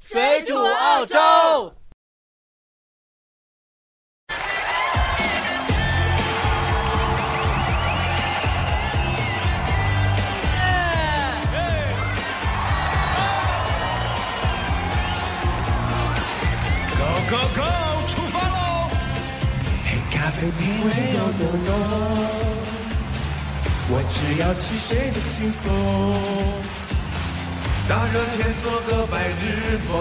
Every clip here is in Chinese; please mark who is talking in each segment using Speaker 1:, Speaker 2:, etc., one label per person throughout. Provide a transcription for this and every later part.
Speaker 1: 水煮澳洲。
Speaker 2: Go Go Go，出发喽！
Speaker 3: 黑咖啡品味有多浓，我只要汽水的轻松。大热天做个白日梦，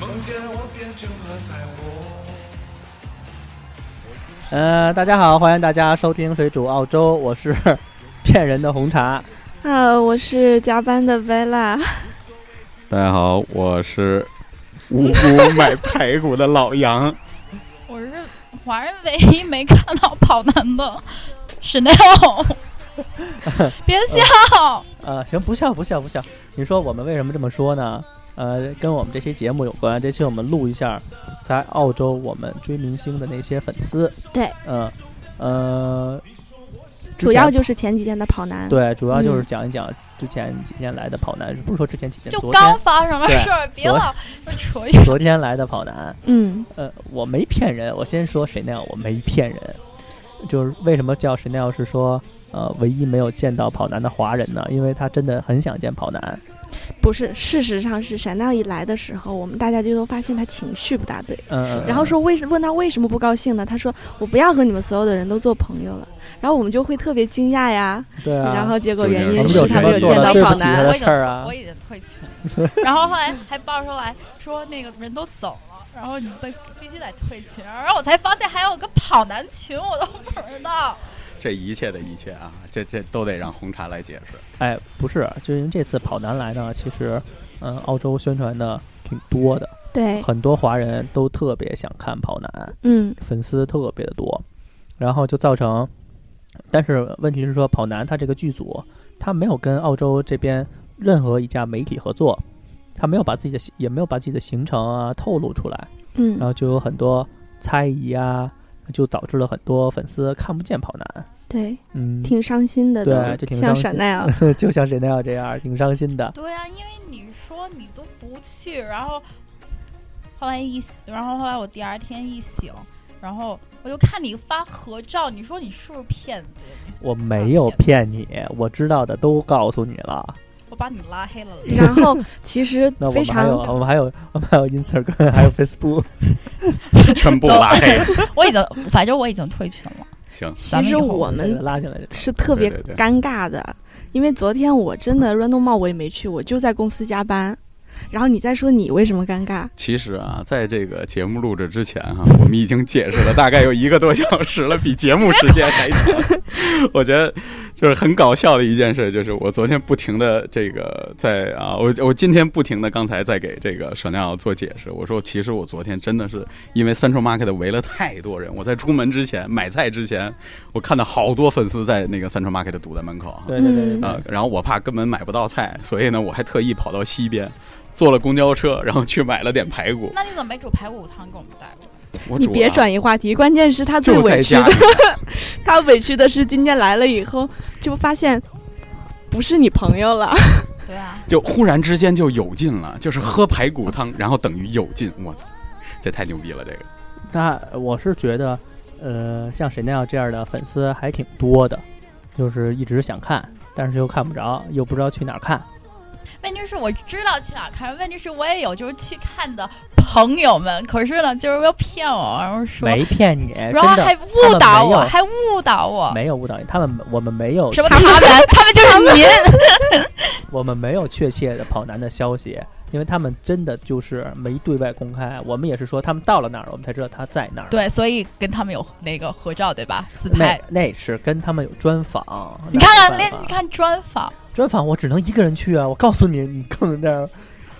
Speaker 3: 梦见我变成了彩虹。
Speaker 1: 呃，大家好，欢迎大家收听水煮澳洲，我是 骗人的红茶。
Speaker 4: 呃，我是加班的 Bella，
Speaker 5: 大家好，我是 无辜买排骨的老杨。
Speaker 6: 我是华人唯一没看到跑男的史奈欧，别笑，
Speaker 1: 呃，行，不笑不笑不笑。你说我们为什么这么说呢？呃，跟我们这期节目有关。这期我们录一下在澳洲我们追明星的那些粉丝。
Speaker 4: 对，
Speaker 1: 嗯呃，之
Speaker 4: 主要
Speaker 1: 前
Speaker 4: 就是前几天的跑男。，
Speaker 1: 对，主要就是
Speaker 4: 嗯
Speaker 1: 讲一讲之前几天来的跑男，不是说之前几天，
Speaker 6: 就
Speaker 1: 昨
Speaker 6: 刚
Speaker 1: 天
Speaker 6: 发生的
Speaker 1: 对
Speaker 6: 事儿，别
Speaker 1: 昨
Speaker 6: 老戳一
Speaker 1: 昨天来的跑男。
Speaker 4: 嗯，
Speaker 1: 呃，我没骗人，我先说谁那样，我没骗人。就是为什么叫谁那样是说，呃，唯一没有见到跑男的华人呢？因为他真的很想见跑男。
Speaker 4: 不是，事实上是闪亮一来的时候，我们大家就都发现他情绪不大对，
Speaker 1: 嗯，
Speaker 4: 然后说为什问他为什么不高兴呢？他说我不要和你们所有的人都做朋友了。然后我们就会特别惊讶呀，
Speaker 1: 对啊，
Speaker 4: 然后结果
Speaker 5: 就
Speaker 4: 原
Speaker 5: 是
Speaker 4: 因
Speaker 5: 我们
Speaker 4: 是
Speaker 5: 有
Speaker 4: 他没有
Speaker 6: 什么
Speaker 4: 见到
Speaker 6: 做了对
Speaker 4: 跑
Speaker 1: 不起他
Speaker 4: 男
Speaker 1: 的
Speaker 6: 我
Speaker 4: 了。
Speaker 6: 已
Speaker 1: 事儿啊
Speaker 6: 经我已经退群了，然后后来还爆出来说那个人都走了，然后你得必须得退群，然后我才发现还有个跑男群，我都不知道。
Speaker 5: 这一切的一切啊，这这都得让红茶来解释。
Speaker 1: 哎，不是，就是因为这次跑男来呢，其实，嗯，澳洲宣传的挺多的，
Speaker 4: 对，
Speaker 1: 很多华人都特别想看跑男，
Speaker 4: 嗯，
Speaker 1: 粉丝特别的多，然后就造成，但是问题是说跑男他这个剧组，他没有跟澳洲这边任何一家媒体合作，他没有把自己的行也没有把自己的行程啊透露出来，
Speaker 4: 嗯
Speaker 1: 然，后就有很多猜疑啊，就导致了很多粉丝看不见跑男，
Speaker 4: 对，
Speaker 1: 嗯，
Speaker 4: 挺伤心的，
Speaker 1: 对
Speaker 4: 都
Speaker 1: 就挺
Speaker 4: 像
Speaker 1: 伤心
Speaker 4: 闪亮啊，
Speaker 1: 就像谁那样这样，挺伤心的。
Speaker 6: 对啊，因为你说你都不去，然后后来一醒，然后后来我第二天一醒，然后我就看你发合照，你说你是不是骗子？
Speaker 1: 我没有骗你，我知道的都告诉你了。
Speaker 6: 我把你拉黑了。
Speaker 4: 然后其实
Speaker 1: 那我
Speaker 4: 非
Speaker 1: 们还有
Speaker 4: 常
Speaker 1: 我们还有我们还有 Instagram，还有 Facebook。
Speaker 5: 全部拉黑。
Speaker 6: 我已经，反正我已经退群了。
Speaker 5: 行，
Speaker 4: 其实我
Speaker 1: 这
Speaker 4: 们
Speaker 1: 个 拉进来就，
Speaker 4: 是特别
Speaker 5: 对对对
Speaker 4: 尴尬的，因为昨天我真 的 random mall 我也没去，我就在公司加班。然后你再说你为什么尴尬？
Speaker 5: 其实啊，在这个节目录制之前哈、 我们已经解释了大概有一个多小时了，比节目时间还长。我觉得就是很搞笑的 一件事，就是我昨天不停的这个在啊，我我今天不停的刚才在给这个沈亮做解释，我说其实我昨天真的是因为 Central Market 围了太多人，我在出门之前买菜之前，我看到好多粉丝在那个 Central Market 堵在门口啊。
Speaker 1: 对对对对
Speaker 4: 嗯
Speaker 1: 对
Speaker 5: 啊，然后我怕根本买不到菜，所以呢，我还特意跑到西边，坐了公交车，然后去买了点排骨。
Speaker 6: 那你怎么没煮排骨汤给我们带过来？
Speaker 5: 我啊
Speaker 4: 你
Speaker 5: 煮
Speaker 4: 别
Speaker 5: 了，
Speaker 4: 转移话题，关键是他最
Speaker 5: 就啊在
Speaker 4: 委屈
Speaker 5: 家
Speaker 4: 的
Speaker 5: 里，
Speaker 4: 他委屈的是今天来了以后，就发现不是你朋友了。
Speaker 6: 对啊，
Speaker 5: 就忽然之间就有劲了，就是喝排骨汤，然后等于有劲。我操，这太牛逼了！这个
Speaker 1: 那我是觉得，呃，像沈亮这样的粉丝还挺多的，就是一直想看，但是又看不着，又不知道去哪儿看。
Speaker 6: 问题是我知道去哪儿看，问题是我也有就是去看的朋友们，可是呢，就是要骗我，然后说，
Speaker 1: 没骗你，真
Speaker 6: 然后还
Speaker 1: 的
Speaker 6: 误导
Speaker 1: 他们没
Speaker 6: 我，
Speaker 1: 有
Speaker 6: 还误导我。
Speaker 1: 没有误导你。他们我们没有，
Speaker 6: 什么他们？他们就是您。
Speaker 1: 我们没有确切的跑男的消息，因为他们真的就是没对外公开。我们也是说他们到了那儿，我们才知道他在那儿。
Speaker 6: 对，所以跟他们有那个合照，对吧？自
Speaker 1: 那
Speaker 6: 拍。
Speaker 1: 那是跟他们有专访，
Speaker 6: 你看
Speaker 1: 那
Speaker 6: 看，
Speaker 1: 没
Speaker 6: 连
Speaker 1: 办法
Speaker 6: 你看专访，
Speaker 5: 啊
Speaker 1: 专访，我只能一个人去啊！我告诉你，你更那儿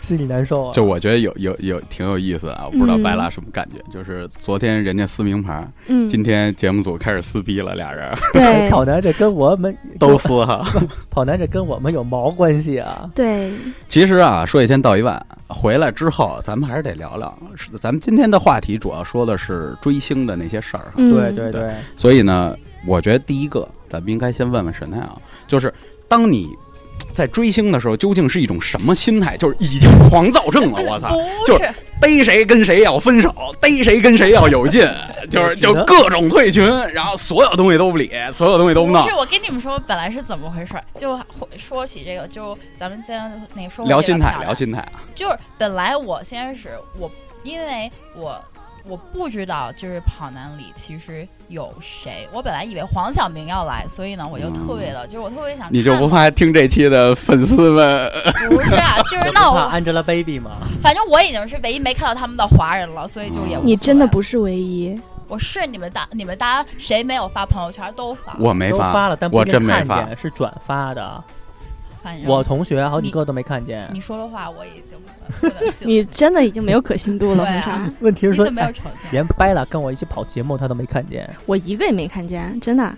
Speaker 1: 心里难受啊。
Speaker 5: 就我觉得有有有挺有意思啊，我不知道
Speaker 4: 嗯
Speaker 5: 白拉什么感觉。就是昨天人家撕名牌，
Speaker 4: 嗯，
Speaker 5: 今天节目组开始撕逼了，俩人儿
Speaker 4: 对
Speaker 1: 跑男这跟我们
Speaker 5: 都撕哈。
Speaker 1: 跑男这跟我们有毛关系啊？
Speaker 4: 对，
Speaker 5: 其实啊，说一千道一万，回来之后咱们还是得聊聊。是咱们今天的话题主要说的是追星的那些事儿哈。
Speaker 4: 嗯
Speaker 1: 对对对，
Speaker 5: 所以呢，我觉得第一个，咱们应该先问问神奈啊，就是当你在追星的时候究竟是一种什么心态？就是已经狂躁症 了，我操！
Speaker 6: 不
Speaker 5: 就是逮谁跟谁要分手，逮谁跟谁要有劲， 就是就各种退群，然后所有东西都不理，所有东西都不
Speaker 6: 不
Speaker 5: 闹
Speaker 6: 是，。我跟你们说本来是怎么回事儿，就说起这个，就咱们先那个说回
Speaker 5: 聊
Speaker 6: 这个
Speaker 5: 心
Speaker 6: 片
Speaker 5: 态，
Speaker 6: 儿
Speaker 5: 聊心态啊！
Speaker 6: 就是本来我先开始我，因为我我不知道，就是跑男里其实有谁，我本来以为黄晓明要来，所以呢，我就特别的，就是我特别想
Speaker 5: 嗯你就
Speaker 6: 看
Speaker 5: 不怕听这期的粉丝们？
Speaker 6: 不是 啊，就是
Speaker 1: 这
Speaker 6: 那
Speaker 1: 不怕
Speaker 6: 我
Speaker 1: Angelababy 吗？
Speaker 6: 反正我已经是唯一没看到他们的华人了，所以就
Speaker 5: 嗯
Speaker 6: 也无所谓
Speaker 4: 你真的不是唯一，
Speaker 6: 我是你们大你们大家谁没有发朋友圈都发，
Speaker 5: 我没
Speaker 1: 都
Speaker 5: 发
Speaker 1: 发了，但不
Speaker 5: 我
Speaker 1: 一定
Speaker 5: 真没
Speaker 1: 看
Speaker 5: 发。
Speaker 1: 见，是转发的。
Speaker 6: 反正
Speaker 1: 我同学好几个都没看见。
Speaker 6: 你说的话我已经不能 信了
Speaker 4: 你真的已经没有可信度了，
Speaker 6: 对
Speaker 4: 红
Speaker 6: 啊
Speaker 4: 茶，
Speaker 1: 问题是
Speaker 6: 你
Speaker 1: 说
Speaker 6: 怎么没有
Speaker 1: 哎
Speaker 6: 成见？
Speaker 1: 连掰了跟我一起跑节目他都没看 见，
Speaker 4: 我一个也没看见，真的。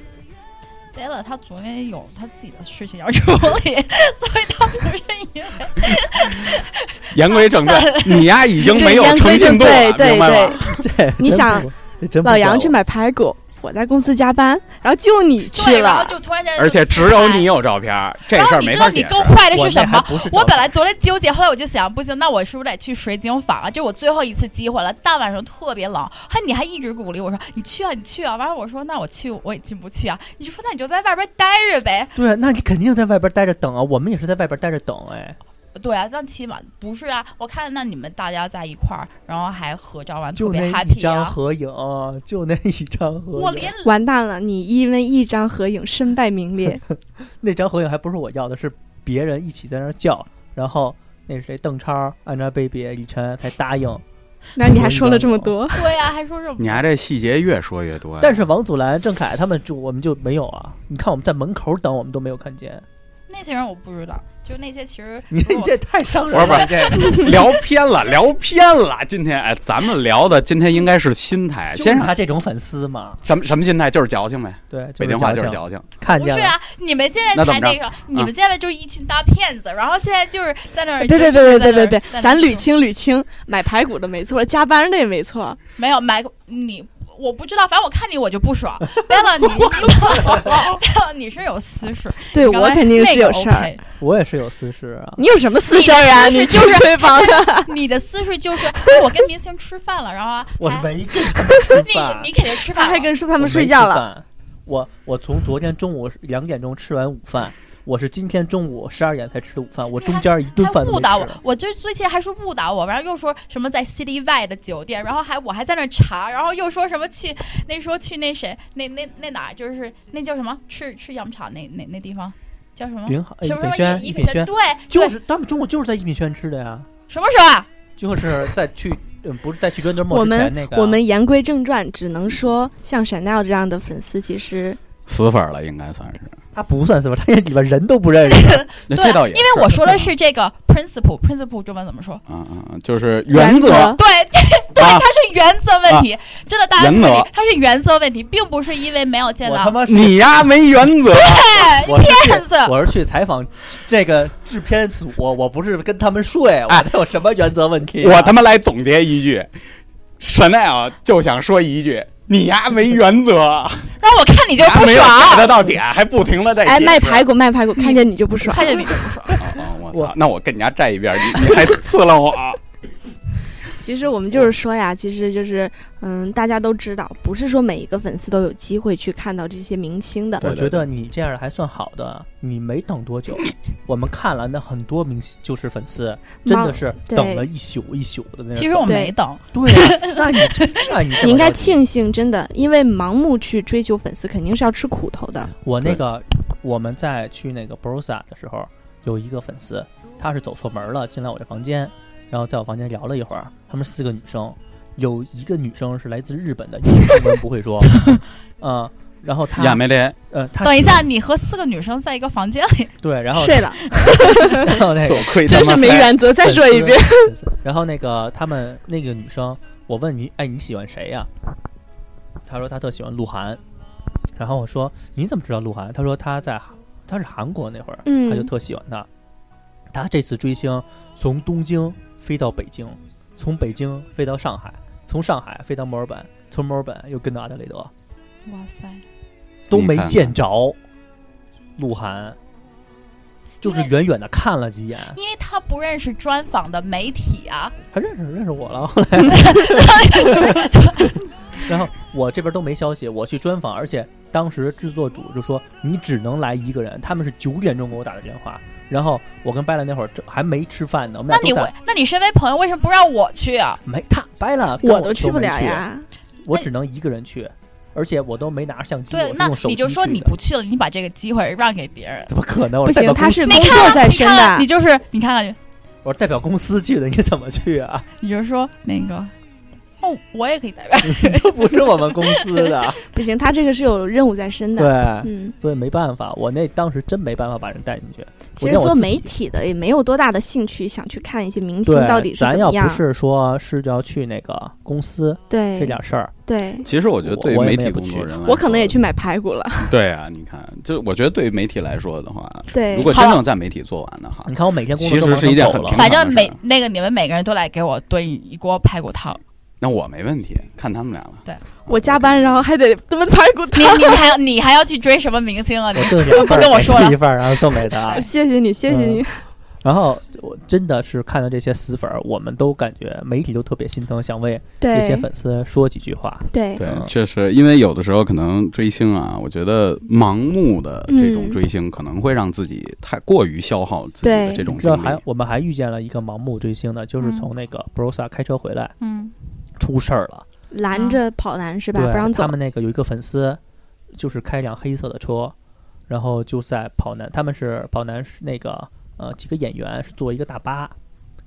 Speaker 6: 贝勒他昨天有他自己的事情要处理，所以他不是因为
Speaker 5: 言归正传，你呀已经 没有诚信度
Speaker 4: 对，
Speaker 5: 了
Speaker 4: 对
Speaker 5: 明白
Speaker 4: 对
Speaker 5: 吗？，
Speaker 1: 这
Speaker 4: 你
Speaker 1: 真
Speaker 4: 想
Speaker 1: 不，这真不
Speaker 4: 老杨
Speaker 1: 怪
Speaker 4: 去
Speaker 1: 我
Speaker 4: 买排骨，我在公司加班，然后就你去
Speaker 6: 对，然后
Speaker 4: 了，
Speaker 6: 就突然间就
Speaker 5: 而且只有你有照片，这
Speaker 6: 然
Speaker 5: 事
Speaker 6: 后
Speaker 5: 儿
Speaker 6: 你
Speaker 5: 没
Speaker 6: 知道
Speaker 5: 法解
Speaker 6: 你
Speaker 5: 释。
Speaker 6: 更坏的
Speaker 1: 我
Speaker 6: 是
Speaker 1: 那
Speaker 6: 什
Speaker 1: 还
Speaker 6: 么？
Speaker 1: 不是
Speaker 6: 我
Speaker 1: 找
Speaker 6: 本来昨天纠结，后来我就想，不行，那我是不是得去水井坊啊？这是我最后一次机会了。大晚上特别冷，还你还一直鼓励我说你去啊，你去啊。完了我说那我去，我也进不去啊。你就说那你就在外边待着呗。
Speaker 1: 对，啊那你肯定在外边待着等啊，我们也是在外边待着等哎。
Speaker 6: 对啊，但起码不是啊。我看那你们大家在一块儿，然后还合照完，特
Speaker 1: 就
Speaker 6: 别
Speaker 1: 那一
Speaker 6: happy
Speaker 1: 张
Speaker 6: 啊。
Speaker 1: 合影，就那一张合影，
Speaker 6: 我连
Speaker 4: 完蛋了，你因为一张合影身败名 裂，
Speaker 1: 那张合影还不是我要的，是别人一起在那儿叫，然后那是谁，邓超、Angelababy、李晨才答应。
Speaker 4: 然后你还说了这么 多，
Speaker 6: 对啊，还说什么
Speaker 5: 你还这细节越说越多呀，
Speaker 1: 但是王祖蓝、郑恺他们就我们就没有啊。你看我们在门口等，我们都没有看见。
Speaker 6: 那些人我不知道，就那些其实
Speaker 1: 你
Speaker 6: 如果
Speaker 1: 这太伤
Speaker 5: 不是
Speaker 1: 人
Speaker 5: 不
Speaker 1: 了。
Speaker 5: 是，这聊偏了，聊偏了。今天哎，咱们聊的今天应该是心态，
Speaker 1: 就是
Speaker 5: 先生
Speaker 1: 他这种粉丝嘛，
Speaker 5: 什么什么心态？就是矫情呗，
Speaker 1: 对，
Speaker 5: 北京话就是
Speaker 1: 矫情
Speaker 5: 矫情。
Speaker 1: 看
Speaker 6: 不
Speaker 1: 见
Speaker 6: 是
Speaker 1: 了，
Speaker 6: 啊，你们现在
Speaker 5: 那怎
Speaker 6: 才
Speaker 5: 么
Speaker 6: 那
Speaker 5: 着啊
Speaker 6: 个，你们现在就是一群大骗子，然后现在就是在那儿
Speaker 4: 别
Speaker 6: 就
Speaker 4: 别
Speaker 6: 是在那
Speaker 4: 别
Speaker 6: 儿。
Speaker 4: 别别别别，
Speaker 6: 在那儿
Speaker 4: 咱捋
Speaker 6: 说
Speaker 4: 清捋清，买排骨的没错，加班的也没错，
Speaker 6: 没有买你，我不知道，反正我看你我就不爽。贝 勒，你贝勒，啊你是有私事，
Speaker 4: 对
Speaker 6: 你刚
Speaker 4: 我
Speaker 6: 才
Speaker 4: 肯定
Speaker 6: 那
Speaker 4: 是
Speaker 6: 个
Speaker 4: 有事儿。
Speaker 6: OK
Speaker 1: 我也是有私事啊。
Speaker 4: 你有什么私事儿啊？
Speaker 6: 你
Speaker 4: 你
Speaker 6: 的私事就是
Speaker 4: 吹 帮的，
Speaker 6: 你的私事就 是哎我跟明星吃饭了，然后啊
Speaker 1: 我
Speaker 6: 还
Speaker 1: 没 跟他们吃饭，
Speaker 6: 你你肯定吃
Speaker 4: 他
Speaker 6: 饭
Speaker 4: 还
Speaker 6: 了，
Speaker 4: 跟说他
Speaker 1: 我
Speaker 4: 们
Speaker 1: 没
Speaker 4: 睡
Speaker 1: 吃
Speaker 4: 觉了，
Speaker 1: 饭。我我从昨天中午两点钟吃完午饭，我是今天中午十二点才吃的午饭，我中间一顿
Speaker 6: 还
Speaker 1: 饭都
Speaker 6: 误
Speaker 1: 没
Speaker 6: 导
Speaker 1: 吃
Speaker 6: 我。，我就最近还说误导我，然后又说什么在 city 外的酒店，然后还我还在那儿查，然后又说什么去那说去那谁那那那哪儿就是那叫什么吃吃羊肠那那那地方叫什么？
Speaker 1: 挺好。哎
Speaker 6: 什
Speaker 1: 一
Speaker 6: 么什
Speaker 1: 品
Speaker 6: 么
Speaker 1: 轩，
Speaker 6: 一
Speaker 1: 一
Speaker 6: 品
Speaker 1: 品
Speaker 6: 轩？
Speaker 1: 轩，
Speaker 6: 对，
Speaker 1: 就
Speaker 6: 对
Speaker 1: 是他们中午就是在一品轩吃的呀，
Speaker 6: 什么时候啊？
Speaker 1: 就是在去嗯不是在去专德
Speaker 4: 我
Speaker 1: 梦之前
Speaker 4: 们
Speaker 1: 那个啊。
Speaker 4: 我们言归正传，只能说像 Chanel 这样的粉丝，其实
Speaker 5: 死粉了，应该算是。
Speaker 1: 他不算什么，他连里边人都不认识。
Speaker 5: 那
Speaker 6: 对，
Speaker 5: 这倒也
Speaker 6: 因为我说的是这个 principle，principle 中文怎么说？
Speaker 5: 啊啊，嗯就是
Speaker 4: 原
Speaker 5: 原则。
Speaker 6: 对，对，
Speaker 5: 啊
Speaker 6: 它是原则问题，真的，大家
Speaker 5: 原则
Speaker 6: 问题，它是原则问题，并不是因为没有见
Speaker 1: 我
Speaker 6: 到
Speaker 1: 他妈是，
Speaker 5: 你呀没原则，
Speaker 6: 哎
Speaker 1: 我是
Speaker 6: 骗子
Speaker 1: 去，我是去采访那个制片组，我不是跟他们睡，我
Speaker 5: 哎
Speaker 1: 他有什么原则问题啊？
Speaker 5: 我他妈来总结一句，Chanel 就想说一句。你呀没原则，
Speaker 6: 然后我看你就
Speaker 5: 还
Speaker 6: 不
Speaker 5: 没有
Speaker 6: 爽，
Speaker 5: 得到点，还不停的在
Speaker 4: 哎
Speaker 5: 解
Speaker 4: 卖
Speaker 5: 释
Speaker 4: 排骨卖排骨，看见你就不爽。
Speaker 6: 看见你，
Speaker 5: 哦哦我操！那我跟你家站一边，你你还刺了我。
Speaker 4: 其实我们就是说呀，其实就是嗯，大家都知道，不是说每一个粉丝都有机会去看到这些明星的。
Speaker 5: 对
Speaker 1: 我觉得你这样还算好的，你没等多 久，我们看了那很多明星就是粉丝，真的是
Speaker 4: 对
Speaker 1: 等了一宿一宿的那种。
Speaker 6: 其实我
Speaker 4: 对
Speaker 6: 没等，
Speaker 1: 对啊，那你这那你这么
Speaker 4: 你应该
Speaker 1: 着急
Speaker 4: 庆幸，真的，因为盲目去追求粉丝肯定是要吃苦头的。
Speaker 1: 我那个我们在去那个 Brosa 的时候，有一个粉丝，他是走错门了，进来我这房间，然后在我房间聊了一会儿。他们四个女生，有一个女生是来自日本的，英文不会说，嗯、然后她
Speaker 5: 亚梅林
Speaker 1: 呃，她
Speaker 6: 等一下，你和四个女生在一个房间里，
Speaker 1: 对，然后
Speaker 4: 睡了，
Speaker 1: 然 后那个
Speaker 5: 所愧他
Speaker 4: 哎真
Speaker 5: 妈
Speaker 4: 是没
Speaker 5: 塞
Speaker 4: 原则。再
Speaker 1: 粉丝
Speaker 4: 说一遍，，
Speaker 1: 粉丝然后那个他们那个女生，我问你，哎，你喜欢谁呀、她说她特喜欢鹿晗。然后我说你怎么知道鹿晗？她说她在她是韩国那会儿，
Speaker 4: 嗯
Speaker 1: 她就特喜欢他。她这次追星从东京飞到北京，从北京飞到上海，从上海飞到墨尔本，从墨尔本又跟到阿德雷德，
Speaker 6: 哇塞，
Speaker 1: 都
Speaker 5: 你
Speaker 1: 没
Speaker 5: 看看
Speaker 1: 见着鹿晗。就是远远的看了几眼，
Speaker 6: 因为他不认识专访的媒体 啊，
Speaker 1: 他认识认识我了， 后来，然后我这边都没消息，我去专访，而且当时制作组就说你只能来一个人，他们是九点钟给我打的电话，然后我跟白兰那会儿这还没吃饭呢，我们
Speaker 6: 那
Speaker 1: 俩
Speaker 6: 你
Speaker 1: 都
Speaker 6: 为
Speaker 1: 在
Speaker 6: 那你身为朋友为什么不让我去啊？
Speaker 1: 没他白兰跟
Speaker 4: 我
Speaker 1: 我
Speaker 4: 都去
Speaker 1: 去
Speaker 4: 不了，呀。
Speaker 1: 我
Speaker 6: 那
Speaker 1: 只能一个人去，而且我都没拿着相机，
Speaker 6: 对
Speaker 1: 我，是
Speaker 6: 那
Speaker 1: 用手
Speaker 6: 你
Speaker 1: 机
Speaker 6: 就说
Speaker 1: 去
Speaker 6: 你
Speaker 1: 的
Speaker 6: 不去了，你把这个机会让给别人。
Speaker 1: 怎么可能？我
Speaker 4: 不
Speaker 1: 代
Speaker 4: 行，
Speaker 1: 表
Speaker 4: 他
Speaker 1: 公司
Speaker 4: 是
Speaker 6: 你
Speaker 4: 工
Speaker 6: 看
Speaker 4: 作在
Speaker 6: 你
Speaker 4: 身
Speaker 6: 看
Speaker 4: 的
Speaker 6: 你，就是你看看，
Speaker 1: 我是代表公司去的，你怎么去啊？
Speaker 6: 你就说那个，哦，我也可以 代表。
Speaker 1: 都不是我们公司的，
Speaker 4: 不行，他这个是有任务在身的。
Speaker 1: 对。
Speaker 4: 嗯，
Speaker 1: 所以没办法，我那当时真没办法把人带进去。
Speaker 4: 其
Speaker 1: 我
Speaker 4: 实
Speaker 1: 让我
Speaker 4: 做
Speaker 1: 自
Speaker 4: 媒
Speaker 1: 己
Speaker 4: 体的也没有多大的兴趣想去看一些明星
Speaker 1: 对，
Speaker 4: 到底是
Speaker 1: 咱
Speaker 4: 怎
Speaker 1: 要
Speaker 4: 么
Speaker 1: 不
Speaker 4: 样。
Speaker 1: 是说是要去那个公司这
Speaker 4: 对
Speaker 1: 点事儿，
Speaker 4: 对，
Speaker 5: 其实我觉得对
Speaker 1: 我我
Speaker 5: 媒
Speaker 1: 也没
Speaker 5: 体
Speaker 1: 不
Speaker 5: 工作
Speaker 1: 去
Speaker 5: 人来
Speaker 4: 我可能也
Speaker 5: 说
Speaker 4: 去买排骨了。
Speaker 5: 对啊，你看，就我觉得对于媒体来说的话，
Speaker 4: 对，
Speaker 5: 如果真正在媒体做完的话，
Speaker 1: 你看我每天工作
Speaker 5: 其
Speaker 1: 都
Speaker 5: 实
Speaker 1: 忙
Speaker 5: 是
Speaker 1: 成
Speaker 5: 一件
Speaker 1: 狗
Speaker 5: 很
Speaker 1: 了
Speaker 5: 平常
Speaker 6: 反正
Speaker 5: 的事
Speaker 6: 每
Speaker 5: 儿
Speaker 6: 那个你们每个人都来给我炖一锅排骨 汤，
Speaker 5: 那我没问题，看他们俩了。啊
Speaker 6: 对
Speaker 4: 我加班，然后还得炖排骨
Speaker 6: 你
Speaker 4: 汤。。
Speaker 6: 你还要你还要去追什么明星啊？你
Speaker 1: 我炖
Speaker 6: 就
Speaker 1: 两
Speaker 6: 不
Speaker 1: 份儿
Speaker 6: 跟我
Speaker 1: 给
Speaker 6: 说
Speaker 1: 自
Speaker 6: 了
Speaker 1: 己一份儿，然后送给他
Speaker 4: 谢谢你，谢谢
Speaker 1: 嗯
Speaker 4: 你。
Speaker 1: 然后我真的是看到这些死粉儿，我们都感觉媒体都特别心疼，想为这些
Speaker 4: 对
Speaker 1: 粉丝说几句话。
Speaker 4: 对
Speaker 5: 对
Speaker 1: 嗯，
Speaker 5: 确实，因为有的时候可能追星啊，我觉得盲目的这种
Speaker 4: 嗯
Speaker 5: 追星可能会让自己太过于消耗自己的
Speaker 4: 对
Speaker 5: 这种精
Speaker 1: 这
Speaker 5: 力。
Speaker 1: 还我们还遇见了一个盲目追星的，
Speaker 4: 嗯
Speaker 1: 就是从那个 Brosa 开车回来
Speaker 6: 嗯，
Speaker 1: 出事儿了，
Speaker 4: 拦着跑男是吧？
Speaker 1: 对
Speaker 4: 不让走
Speaker 1: 他。们那个有一个粉丝，就是开一辆黑色的车，然后就在跑男，他们是跑男是那个呃几个演员是坐一个大巴，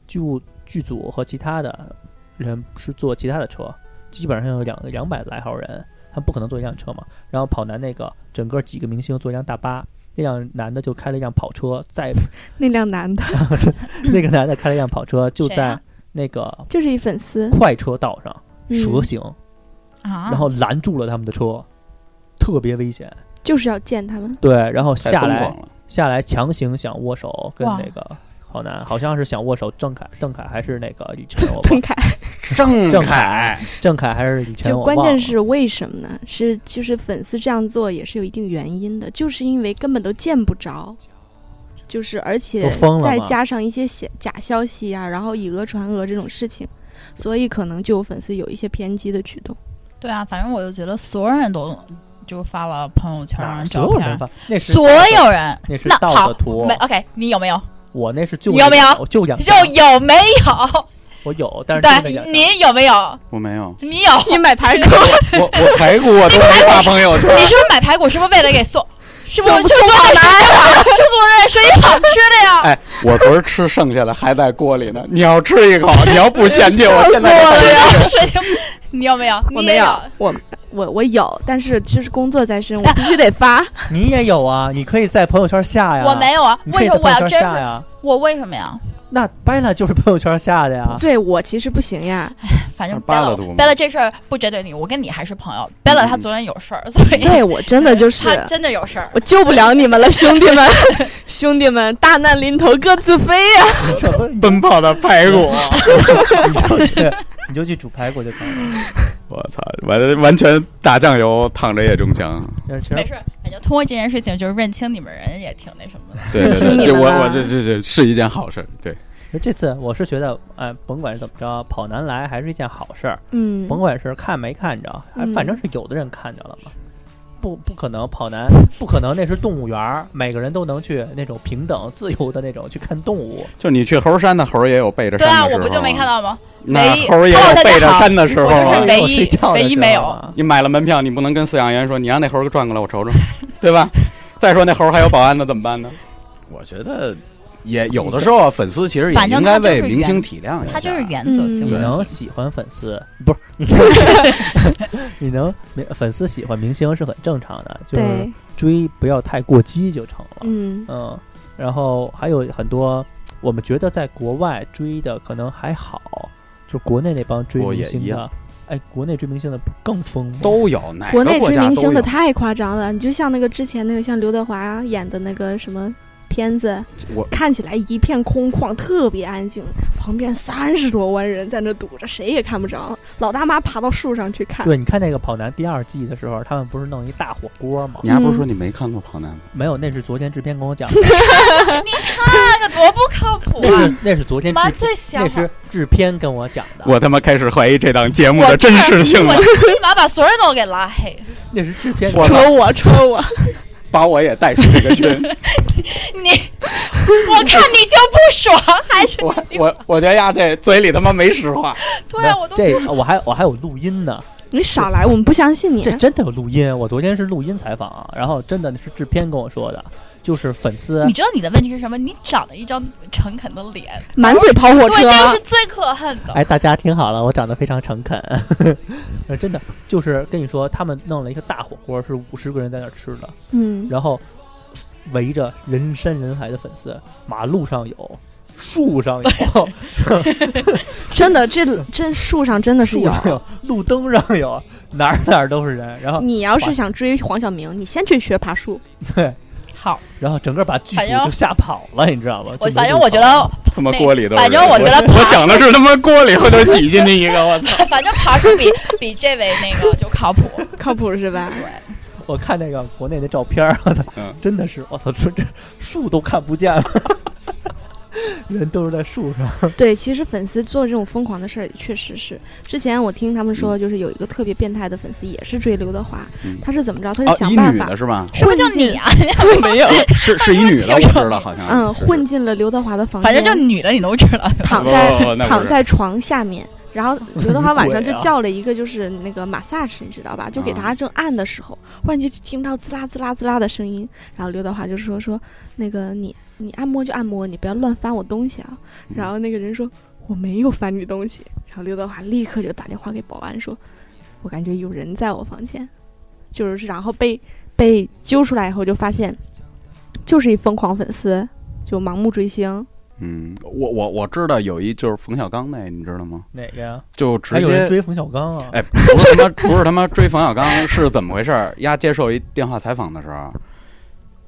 Speaker 1: 剧务剧组和其他的人是坐其他的车，基本上有两两百来号人，他们不可能坐一辆车嘛。然后跑男那个整个几个明星坐一辆大巴，那辆男的就开了一辆跑车，在
Speaker 4: 那辆男的
Speaker 1: 那个男的开了一辆跑车，就
Speaker 6: 谁啊
Speaker 1: 在那个
Speaker 4: 就是一粉丝，
Speaker 1: 快车道上
Speaker 4: 嗯
Speaker 1: 蛇行，
Speaker 6: 啊，
Speaker 1: 然后拦住了他们的车，特别危险。
Speaker 4: 就是要见他们。
Speaker 1: 对，然后
Speaker 5: 太
Speaker 1: 下
Speaker 5: 疯
Speaker 1: 来
Speaker 5: 狂了。
Speaker 1: 下来强行想握手，跟
Speaker 6: 哇
Speaker 1: 那个郝楠好像是想握手，郑恺郑恺还是那个李晨，我忘
Speaker 4: 邓
Speaker 1: 了
Speaker 4: 凯，
Speaker 5: 郑
Speaker 1: 郑
Speaker 5: 恺，
Speaker 1: 郑恺还是李晨，
Speaker 4: 就
Speaker 1: 我
Speaker 4: 关
Speaker 1: 忘
Speaker 4: 键
Speaker 1: 了
Speaker 4: 是为什么呢？是就是粉丝这样做也是有一定原因的，就是因为根本都见不着，就是而且
Speaker 1: 都疯了
Speaker 4: 再
Speaker 1: 嘛
Speaker 4: 加上一些假假消息啊，然后以讹传讹这种事情，所以可能就有粉丝有一些偏激的举动。
Speaker 6: 对啊，反正我就觉得所有人都就发了朋友圈
Speaker 1: 哪儿
Speaker 6: 啊照
Speaker 1: 啊所有人
Speaker 6: 片，
Speaker 1: 发那是
Speaker 6: 所有人
Speaker 1: 那是
Speaker 6: 那
Speaker 1: 盗
Speaker 6: 好
Speaker 1: 的图哦
Speaker 6: 没，OK，你有没有？
Speaker 1: 我那是就
Speaker 6: 你有没有
Speaker 1: 我就养
Speaker 6: 就有没有？
Speaker 1: 我有， 但是就那两
Speaker 6: 对，
Speaker 1: 张
Speaker 6: 你有没有？
Speaker 5: 我没有，
Speaker 6: 你有？
Speaker 4: 你买排骨，
Speaker 5: 我我排骨我都没发朋友圈
Speaker 6: 你。是不是买排骨？是不是为了 给宋？是不是
Speaker 4: 宋
Speaker 6: 就坐在水就坐在水一旁吃的呀？
Speaker 5: 哎，我昨儿吃剩下的还在锅里呢。你要吃一口，你要不嫌弃，我现 在
Speaker 6: 我
Speaker 5: 就
Speaker 6: 知
Speaker 1: 啊
Speaker 6: 道水晶，你有 没有？
Speaker 4: 我
Speaker 6: 你
Speaker 4: 没
Speaker 6: 也
Speaker 4: 有，我我我有，但是就是工作在身， 我必须得发。
Speaker 1: 你也有啊，你可以在朋友圈下呀，
Speaker 6: 我没，有啊。
Speaker 1: 你可
Speaker 6: 为
Speaker 1: 以
Speaker 6: 什
Speaker 1: 在
Speaker 6: 么我
Speaker 1: 朋友圈
Speaker 6: 要真
Speaker 1: 下
Speaker 6: 是
Speaker 1: 呀，
Speaker 6: 我为什么呀？
Speaker 1: 那掰了就是朋友圈下的呀，
Speaker 4: 对我其实不行呀，
Speaker 6: 反正
Speaker 5: 巴
Speaker 6: Bella
Speaker 5: 勒图吗嗯
Speaker 6: Bella 这事儿不针对你，我跟你还是朋友。Bella 她昨天有事儿，所以
Speaker 4: 对我真
Speaker 6: 哎
Speaker 4: 的就是
Speaker 6: 她真的有事儿。
Speaker 4: 我救不了你们了，兄弟们， 兄弟们，大难临头各自飞呀、
Speaker 1: 你就
Speaker 5: 奔跑的排骨。啊
Speaker 1: 你就 去你就去煮排骨就可以了。
Speaker 5: 我操，完完全呃打酱油，躺着也中 枪。
Speaker 1: 但是其
Speaker 6: 没
Speaker 1: 实
Speaker 6: 事，反正通过这件事情，就是认清你们人也挺那什么的。
Speaker 5: 对对
Speaker 4: 听
Speaker 5: 对，
Speaker 4: 你
Speaker 5: 就
Speaker 4: 们
Speaker 5: 我
Speaker 4: 了
Speaker 5: 我这这这是一件好事，对。
Speaker 1: 这次我是觉得，哎，甭管是怎么着，跑男来还是一件好事儿。
Speaker 4: 嗯，
Speaker 1: 甭管是看没看着，哎，
Speaker 4: 嗯
Speaker 1: 反正是有的人看着了嘛。不，不可能跑男，不可能那是动物园儿，每个人都能去那种平等、自由的那种去看动物。
Speaker 5: 就你去猴山的猴儿也有背着
Speaker 6: 对
Speaker 5: 山的时候，
Speaker 6: 啊，我不就没看？到吗？
Speaker 5: 那
Speaker 6: 没
Speaker 5: 猴儿也有背着山的时候
Speaker 6: 我就是
Speaker 5: 啊。
Speaker 6: 唯
Speaker 1: 哦我睡
Speaker 6: 一
Speaker 1: 觉的
Speaker 6: 唯一
Speaker 1: 时候
Speaker 6: 没有
Speaker 1: 啊
Speaker 5: 你买了门票，你不能跟饲养员说你让那猴儿给转过来，我 瞅瞅，对吧？再说那猴儿还有保安的怎么办呢？我觉得也有的时候啊粉丝其实也
Speaker 6: 反正
Speaker 5: 应该
Speaker 6: 他就是
Speaker 5: 为
Speaker 6: 原
Speaker 5: 明星体谅一下。
Speaker 6: 她就是原则
Speaker 4: 嗯
Speaker 6: 性
Speaker 1: 你
Speaker 6: 的
Speaker 5: 对
Speaker 1: 能
Speaker 6: 问题。
Speaker 1: 喜欢粉丝， 不是？ 你能明粉丝喜欢明星是很正常的，就是
Speaker 4: 对，
Speaker 1: 追不要太过激就成了。
Speaker 4: 嗯，
Speaker 1: 嗯，然后还有很多我们觉得在国外追的可能还好，就国内那帮追
Speaker 5: 我
Speaker 1: 明
Speaker 5: 也
Speaker 1: 星
Speaker 5: 一
Speaker 1: 的
Speaker 5: 样，
Speaker 1: 哎，国内追明星的不更疯吗？
Speaker 5: 都有
Speaker 1: 哎
Speaker 5: 哪
Speaker 4: 国
Speaker 5: 个
Speaker 4: 内
Speaker 5: 国
Speaker 4: 追
Speaker 5: 家
Speaker 4: 明
Speaker 5: 都
Speaker 4: 星的
Speaker 5: 有。
Speaker 4: 太夸张了，你就像那个之前那个像刘德华演的那个什么片子
Speaker 5: 我
Speaker 4: 看起来一片空旷，特别安静，旁边三十多万人在那堵着，谁也看不着。老大妈爬到树上去看，
Speaker 1: 对，你看那个跑男第二季的时候，他们不是弄一大火锅吗？
Speaker 5: 你还不
Speaker 6: 嗯
Speaker 5: 是说你没看过《跑男》吗？
Speaker 1: 没有，那是昨天制片跟我讲的，
Speaker 6: 那个多不靠谱
Speaker 1: 那
Speaker 6: 啊！
Speaker 1: 是那是昨天制
Speaker 6: 麻醉想
Speaker 1: 那是制片跟我讲的，
Speaker 5: 我他妈开始怀疑这档节目
Speaker 6: 我
Speaker 5: 的真实性
Speaker 6: 我
Speaker 5: 了，
Speaker 6: 立马把所有人都给拉 黑。
Speaker 1: 那是制片。
Speaker 5: 我操
Speaker 4: 戳我戳我，
Speaker 5: 把我也带出这 个群。
Speaker 6: 你，我看你就不爽，还是
Speaker 5: 我
Speaker 6: 你就
Speaker 5: 我我觉得呀，这嘴里他妈没 实话。
Speaker 6: 对啊？我都
Speaker 1: 这我还我还有录音呢，
Speaker 4: 你少来，我们不相信你
Speaker 1: 这。真的有录音。我昨天是录音采访啊，然后真的是制片跟我说的，就是粉丝
Speaker 6: 你知道你的问题是什么？你长了一张诚恳的脸，
Speaker 4: 满嘴跑火
Speaker 6: 对，
Speaker 4: 车，
Speaker 6: 这个是最可恨的。
Speaker 1: 哎，大家听好了，我长得非常诚恳， 呃真的就是跟你说，他们弄了一个大火锅，是五十个人在那儿吃的，
Speaker 4: 嗯，
Speaker 1: 然后围着人山人海的粉丝，马路上有，树上 有，
Speaker 6: 哎
Speaker 4: 真的，这这树上真的是
Speaker 1: 树
Speaker 4: 有。
Speaker 1: 上有，路灯上有，哪儿哪儿都是人，然后
Speaker 4: 你要是想追黄晓明，你先去学爬树。
Speaker 1: 对，
Speaker 6: 好，
Speaker 1: 然后整个把剧
Speaker 6: 反
Speaker 1: 组
Speaker 6: 正
Speaker 1: 就吓跑了，你知道吗？
Speaker 6: 我
Speaker 1: 就没
Speaker 6: 反正
Speaker 1: 地
Speaker 6: 我觉
Speaker 1: 方了
Speaker 6: 得，
Speaker 5: 他妈
Speaker 6: 那
Speaker 5: 锅里都是
Speaker 6: 反
Speaker 5: 人。
Speaker 6: 正我觉得
Speaker 5: 我
Speaker 6: 爬
Speaker 5: 想的是他妈锅里会头挤进去一 个，我操！
Speaker 6: 反正爬树比比这位那个就靠谱。
Speaker 4: 靠谱是吧？
Speaker 1: 我看那个国内的照片儿， 我操
Speaker 5: 嗯，
Speaker 1: 真的是，我操，这这树都看不见了， 人都是在树上。
Speaker 4: 对，其实粉丝做这种疯狂的事儿，确实是。之前我听他们说，就是有一个特别变态的粉丝，也是追刘德华
Speaker 5: 嗯，
Speaker 4: 他是怎么着？他
Speaker 5: 哦
Speaker 4: 是，想
Speaker 5: 一
Speaker 4: 办
Speaker 5: 女
Speaker 4: 法
Speaker 5: 的，是吧？
Speaker 6: 是不是就你啊？
Speaker 4: 没有，
Speaker 5: 是是一女 的，我知道，好像啊是
Speaker 4: 嗯，
Speaker 5: 是
Speaker 4: 混进了刘德华的房间，
Speaker 6: 反正就女的你都知道。
Speaker 4: 躺
Speaker 5: 不不
Speaker 4: 在
Speaker 5: 哦不那不是
Speaker 4: 躺在床下面。然后刘德华晚上就
Speaker 1: 鬼啊
Speaker 4: 叫了一个就是那个 massage，你知道吧？
Speaker 5: 嗯
Speaker 4: 就给他正按的时候，忽然就听到滋啦滋啦滋啦的声音。然后刘德华就说说那个你你按摩就按摩，你不要乱翻我东西啊。
Speaker 5: 嗯
Speaker 4: 然后那个人说我没有翻你东西。然后刘德华立刻就打电话给保安说，我感觉有人在我房间，就是然后被被揪出来以后就发现，就是一疯狂粉丝，就盲目追星。
Speaker 5: 嗯，我我我知道有一就是冯小刚那，你知道吗？
Speaker 1: 哪个呀？
Speaker 5: 就直
Speaker 1: 还有人
Speaker 5: 接。
Speaker 1: 追冯小刚啊？
Speaker 5: 哎，不是他妈，不是他妈追冯小刚是怎么回事儿？丫接受一电话采访的时候，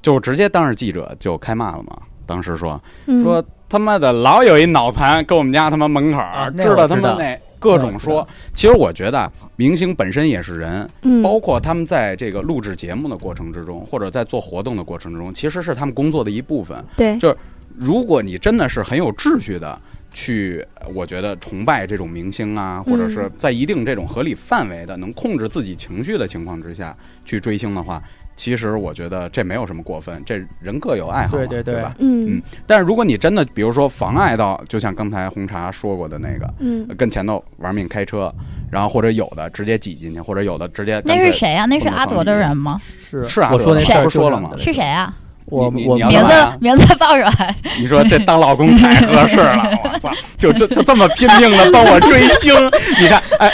Speaker 5: 就直接当着记者就开骂了嘛。当时说
Speaker 4: 嗯、
Speaker 5: 说他妈的老有一脑残跟我们家他妈门口儿
Speaker 1: 啊，那
Speaker 5: 知
Speaker 1: 我
Speaker 5: 道他
Speaker 1: 知
Speaker 5: 妈
Speaker 1: 道
Speaker 5: 那各种
Speaker 1: 那我
Speaker 5: 说。其实我觉得啊明星本身也是人，
Speaker 4: 嗯
Speaker 5: 包括他们在这个录制节目的过程之中，或者在做活动的过程之中，其实是他们工作的一部分。
Speaker 4: 对
Speaker 5: 就，如果你真的是很有秩序的去，呃我觉得崇拜这种明星啊，
Speaker 1: 嗯
Speaker 5: 或者是在一定这种合理范围的能控制自己情绪的情况之下去追星的话，其实我觉得这没有什么过分，这人各有爱好嘛，
Speaker 1: 对对对
Speaker 5: 吧？
Speaker 4: 嗯
Speaker 5: 嗯但是如果你真的，比如说妨碍到，就像刚才红茶说过的那个，呃
Speaker 4: 嗯
Speaker 5: 跟前头玩命开车，然后或者有的直接挤进去，或者有的直接干
Speaker 6: 那
Speaker 5: 脆
Speaker 6: 是？谁啊？那是阿德的人吗？
Speaker 1: 是
Speaker 5: 是啊
Speaker 1: 我说那
Speaker 5: 是
Speaker 1: 事
Speaker 5: 啊
Speaker 1: 儿
Speaker 5: 不是说了
Speaker 1: 就是
Speaker 5: 吗
Speaker 1: 这样的啊
Speaker 6: 是谁？啊？
Speaker 1: 我
Speaker 5: 你你
Speaker 1: 我
Speaker 5: 你要
Speaker 1: 明
Speaker 6: 名
Speaker 5: 干嘛
Speaker 1: 白
Speaker 5: 呀
Speaker 6: 字名字报出来，
Speaker 5: 你说这当老公太合适 了，我操！就这就这么拼命的帮我追星，你看， 哎，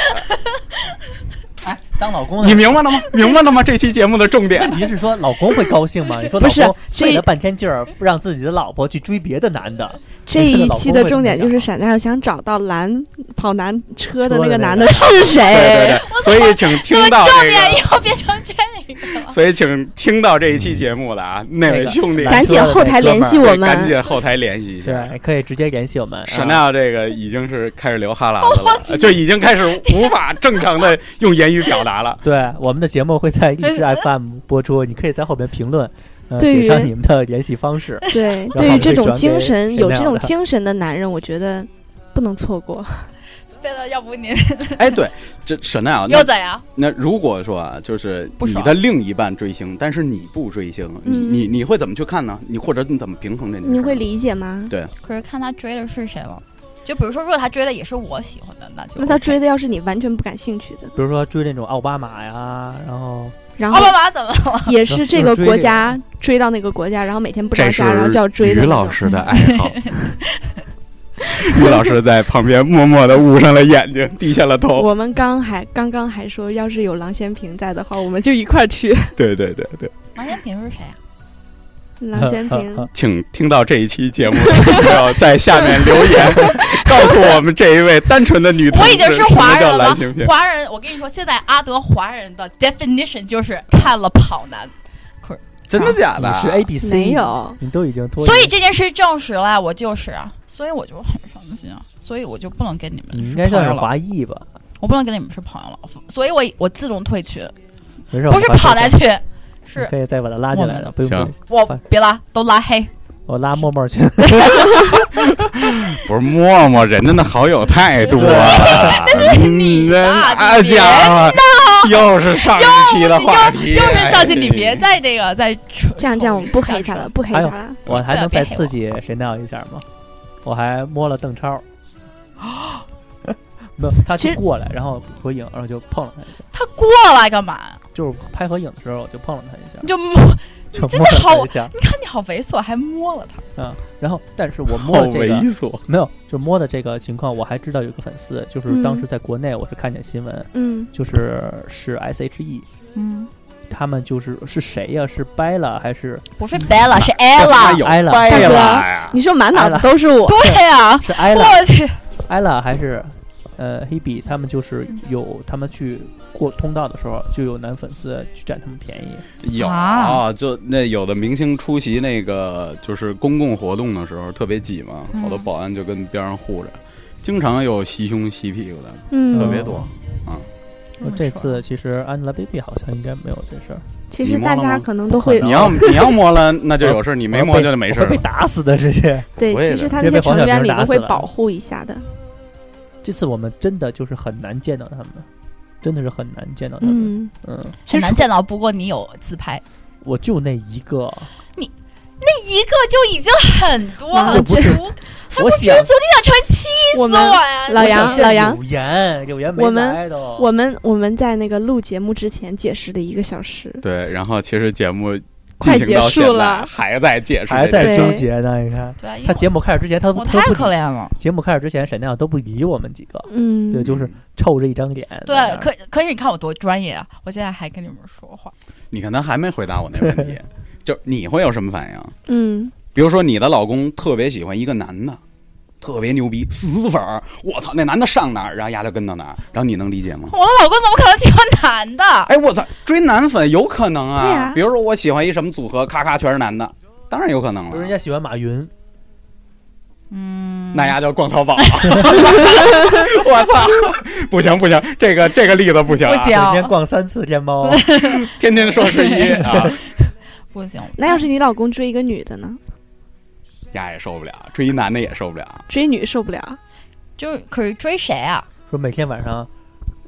Speaker 1: 当老公的
Speaker 5: 你明白了吗？明白了吗？这期节目的重点
Speaker 1: 问，题是说老公会高兴吗？你说
Speaker 4: 不
Speaker 1: 老
Speaker 4: 是
Speaker 1: 公
Speaker 4: 这
Speaker 1: 费了半天劲儿，不让自己的老婆去追别的男的，
Speaker 4: 这一期的重点就是
Speaker 1: 老公会怎么想
Speaker 4: 闪亮想找到拦跑男车的那
Speaker 1: 车的那
Speaker 4: 个
Speaker 1: 个
Speaker 4: 男的是
Speaker 5: 对对
Speaker 4: 谁？
Speaker 5: 对，所以请
Speaker 6: 哎怎
Speaker 5: 听
Speaker 6: 么
Speaker 5: 到
Speaker 6: 重
Speaker 5: 这
Speaker 6: 点
Speaker 5: 个，
Speaker 6: 哎又变成这个 了？
Speaker 5: 所以请听到这一期节目的啊，
Speaker 6: 嗯
Speaker 5: 那位兄弟，
Speaker 4: 赶紧后台联系我
Speaker 5: 对
Speaker 4: 们。
Speaker 5: 赶紧后台联系一下。
Speaker 1: 对，可以直接联系我
Speaker 6: 啊
Speaker 1: 们。啊
Speaker 5: 沈娜这个已经是开始流哈喇 子了，就已经开始无法正常的用言语表达了。
Speaker 1: 对，我们的节目会 在荔枝 FM 播出，你可以在后面评论，呃，
Speaker 4: 对于
Speaker 1: 写上你们的联系方式。
Speaker 4: 对，
Speaker 1: 后
Speaker 4: 对于这种
Speaker 1: 转给
Speaker 4: 精神
Speaker 1: 沈
Speaker 4: 有
Speaker 1: 亮
Speaker 4: 这种
Speaker 1: 的
Speaker 4: 精神的男人，我觉得不能错过。
Speaker 6: 对了，要不您
Speaker 5: 哎，对，这沈娜啊，那
Speaker 6: 又怎样？
Speaker 5: 那如果说啊，就是
Speaker 6: 不
Speaker 5: 你
Speaker 6: 爽
Speaker 5: 的另一半追星，但是你不追星，你
Speaker 4: 嗯
Speaker 5: 你你会怎么去看呢？你或者你怎么平衡这件事？
Speaker 4: 你会？理解吗？
Speaker 6: 可是看他追的是谁了。就比如说，如果他追的也是我喜欢的，那就
Speaker 4: 那他追的要是你完全不感兴趣的，
Speaker 1: 比如说追那种奥巴马呀，然后
Speaker 4: 然
Speaker 6: 奥
Speaker 4: 后
Speaker 6: 巴马怎么了？
Speaker 4: 也是这
Speaker 1: 就
Speaker 4: 个
Speaker 1: 追
Speaker 4: 国
Speaker 1: 这个
Speaker 4: 家追到那个国家，然后每天不着家，然后就要追的那种。
Speaker 5: 师
Speaker 1: 哎
Speaker 5: 的爱好。于老师在旁边默默的捂上了眼睛，低下了头。
Speaker 4: 我们刚还刚刚还说，要是有郎咸平在的话，我们就一块儿 去。
Speaker 5: 对对对对，
Speaker 6: 王建平是谁啊？
Speaker 4: 郎咸平
Speaker 5: 请听到这一期节目的朋友在下面留言，告诉我们这一位单纯的女同
Speaker 6: 我
Speaker 5: 志
Speaker 6: 已经是
Speaker 5: 什么
Speaker 6: 华
Speaker 5: 叫
Speaker 6: 人了
Speaker 5: 蓝星片。
Speaker 6: 华人，我跟你说，现在阿德华人的 definition 就是看了跑男。
Speaker 5: 真的假的？
Speaker 1: 你是 A B C，
Speaker 4: 没有，
Speaker 1: 你都已经脱离，
Speaker 6: 所以这件事证实了，我就是啊，所以我就很伤心啊，所以我就不能跟你
Speaker 1: 你
Speaker 6: 们
Speaker 1: 应
Speaker 6: 是
Speaker 1: 该
Speaker 6: 朋
Speaker 1: 算
Speaker 6: 友
Speaker 1: 是
Speaker 6: 了，
Speaker 1: 华裔吧？
Speaker 6: 我不能跟你们是朋友了，所以我我自动退群，
Speaker 1: 没事，
Speaker 6: 不是
Speaker 1: 我把
Speaker 6: 跑
Speaker 1: 这
Speaker 6: 来
Speaker 1: 个
Speaker 6: 去，
Speaker 1: 你
Speaker 6: 是
Speaker 1: 可以再把他拉进来的，不用
Speaker 5: 行
Speaker 1: 不用，
Speaker 6: 我
Speaker 1: 反
Speaker 6: 别拉，都拉黑，
Speaker 1: 我拉默默去。
Speaker 5: 不是默默，人家那好友太多 了。但是你
Speaker 6: 的
Speaker 5: 那
Speaker 6: 你别
Speaker 5: 家伙哎又是上一期的话题，
Speaker 6: 又是上去，你
Speaker 5: 哎
Speaker 6: 别再这个再
Speaker 4: 这样这样，我们不黑他了，不黑他
Speaker 1: 哎呦
Speaker 4: 了。
Speaker 1: 我还
Speaker 6: 对啊
Speaker 1: 能
Speaker 6: 别
Speaker 1: 再
Speaker 6: 黑
Speaker 1: 刺
Speaker 6: 我
Speaker 1: 激谁那样一下吗？我还摸了邓 超。没有，他
Speaker 4: 其
Speaker 1: 去
Speaker 4: 实
Speaker 1: 过来，然后合影，然后就碰了他一下，
Speaker 6: 他过来干嘛？
Speaker 1: 就是拍合影的时候我就碰了他一下
Speaker 6: 你，就摸，
Speaker 1: 就
Speaker 6: 真
Speaker 1: 摸
Speaker 6: 的
Speaker 1: 了
Speaker 6: 好
Speaker 1: 他一下。
Speaker 6: 你看你好猥琐，还摸了他，
Speaker 1: 然后，但是我摸
Speaker 5: 好
Speaker 1: 哦的这个
Speaker 5: 猥琐。
Speaker 1: 没有，就摸的这个情况，我还知道有个粉丝，就是当时
Speaker 4: 嗯
Speaker 1: 在国内我是看见新闻，
Speaker 4: 嗯，
Speaker 1: 就是是 S H E，
Speaker 6: 嗯，
Speaker 1: 他们就是是谁呀、是 Bella 还是
Speaker 6: 不是 Bella 是
Speaker 5: 他
Speaker 6: Ella，
Speaker 5: 有
Speaker 1: 挨了
Speaker 5: 掰
Speaker 4: 大哥
Speaker 5: 呀！
Speaker 4: 你说满脑子都是我，
Speaker 6: 对呀、
Speaker 1: 是 Ella
Speaker 6: 我去，
Speaker 1: Ella 还是呃 Hebe，他们就是有他们去过通道的时候，就有男粉丝去占他们便宜。
Speaker 5: 有
Speaker 6: 啊，
Speaker 5: 就那有的明星出席那个就是公共活动的时候特别挤嘛，
Speaker 6: 嗯
Speaker 5: 好多保安就跟边上护着，经常有袭胸袭屁股的，
Speaker 4: 嗯，
Speaker 5: 特别多。
Speaker 1: 我这
Speaker 4: 啊
Speaker 1: 次其实 Angelababy 好像应该没有这事儿，
Speaker 4: 其
Speaker 5: 你
Speaker 4: 实
Speaker 5: 摸
Speaker 4: 大
Speaker 5: 了
Speaker 4: 家
Speaker 5: 吗
Speaker 4: 可能都会
Speaker 1: 可
Speaker 5: 你
Speaker 1: 能
Speaker 5: 要你要摸了那就有事儿，你没摸就没事
Speaker 1: 我
Speaker 5: 儿
Speaker 1: 哦会被
Speaker 5: 了。
Speaker 1: 打死的这些。
Speaker 4: 对，
Speaker 5: 我也
Speaker 4: 其实
Speaker 5: 是
Speaker 4: 他
Speaker 1: 别
Speaker 4: 那
Speaker 1: 被
Speaker 4: 些
Speaker 1: 黄
Speaker 4: 成
Speaker 1: 晓
Speaker 4: 员
Speaker 1: 明
Speaker 4: 里
Speaker 1: 打
Speaker 4: 都
Speaker 1: 死
Speaker 4: 会
Speaker 1: 了
Speaker 4: 保护一下的。
Speaker 1: 这次我们真的就是很难见到他们，真的是很难见到他们。
Speaker 4: 嗯，
Speaker 1: 嗯，
Speaker 6: 很难见到，不过你有自拍，
Speaker 1: 我就那一个，
Speaker 6: 那一个就已经很多
Speaker 4: 完了
Speaker 6: 了，足
Speaker 4: 这
Speaker 6: 还
Speaker 1: 我
Speaker 6: 不足，
Speaker 1: 想
Speaker 6: 足你想成气
Speaker 4: 我
Speaker 6: 死
Speaker 4: 们
Speaker 6: 我呀！
Speaker 4: 老杨
Speaker 1: 我想见
Speaker 4: 老杨
Speaker 1: 柳岩，柳岩没
Speaker 4: 我们
Speaker 1: 来都。
Speaker 4: 我们我们在那个录节目之前解释了一个小时，
Speaker 5: 对，然后其实节目进
Speaker 4: 快
Speaker 5: 行到
Speaker 4: 结束
Speaker 5: 现在
Speaker 4: 了
Speaker 5: 还在解释，
Speaker 1: 还在
Speaker 4: 对
Speaker 1: 纠结呢，你看。
Speaker 6: 对啊，因为
Speaker 1: 他节目开始之前，他
Speaker 6: 我
Speaker 1: 不
Speaker 6: 我太
Speaker 1: 他不理
Speaker 6: 可怜了。
Speaker 1: 节目开始之前，沈亮都不理我们几个，
Speaker 4: 嗯，
Speaker 1: 对，就是臭着一张脸在那
Speaker 6: 对
Speaker 1: 儿。，
Speaker 6: 可可是你看我多专业啊！我现在还跟你们说话，
Speaker 5: 你看他还没回答我那问题，就是你会有什么反应？
Speaker 4: 嗯，
Speaker 5: 比如说你的老公特别喜欢一个男的，特别牛逼，死粉儿，我操，那男的上哪儿，然后丫就跟到哪儿，然后你能理解吗？
Speaker 6: 我的老公怎么可能喜欢男的？
Speaker 5: 哎，我操，追男粉有可能啊。
Speaker 4: 对啊
Speaker 5: 比如说我喜欢一什么组合，咔咔全是男的，当然有可能
Speaker 1: 比如人
Speaker 5: 了。
Speaker 1: 家喜欢马云，
Speaker 6: 嗯，
Speaker 5: 那丫就逛淘 宝，我操，不行不行，这个这个例子不行、
Speaker 6: 不
Speaker 5: 啊，
Speaker 6: 行
Speaker 1: 每天逛三次天 猫，
Speaker 5: 天天双十一啊，
Speaker 6: 不行，
Speaker 4: 那要是你老公追一个女的呢？
Speaker 5: 丫也受不了，追一男的也受不了。
Speaker 4: 追女受不 了，
Speaker 6: 就是可是追谁啊？
Speaker 1: 说每天晚上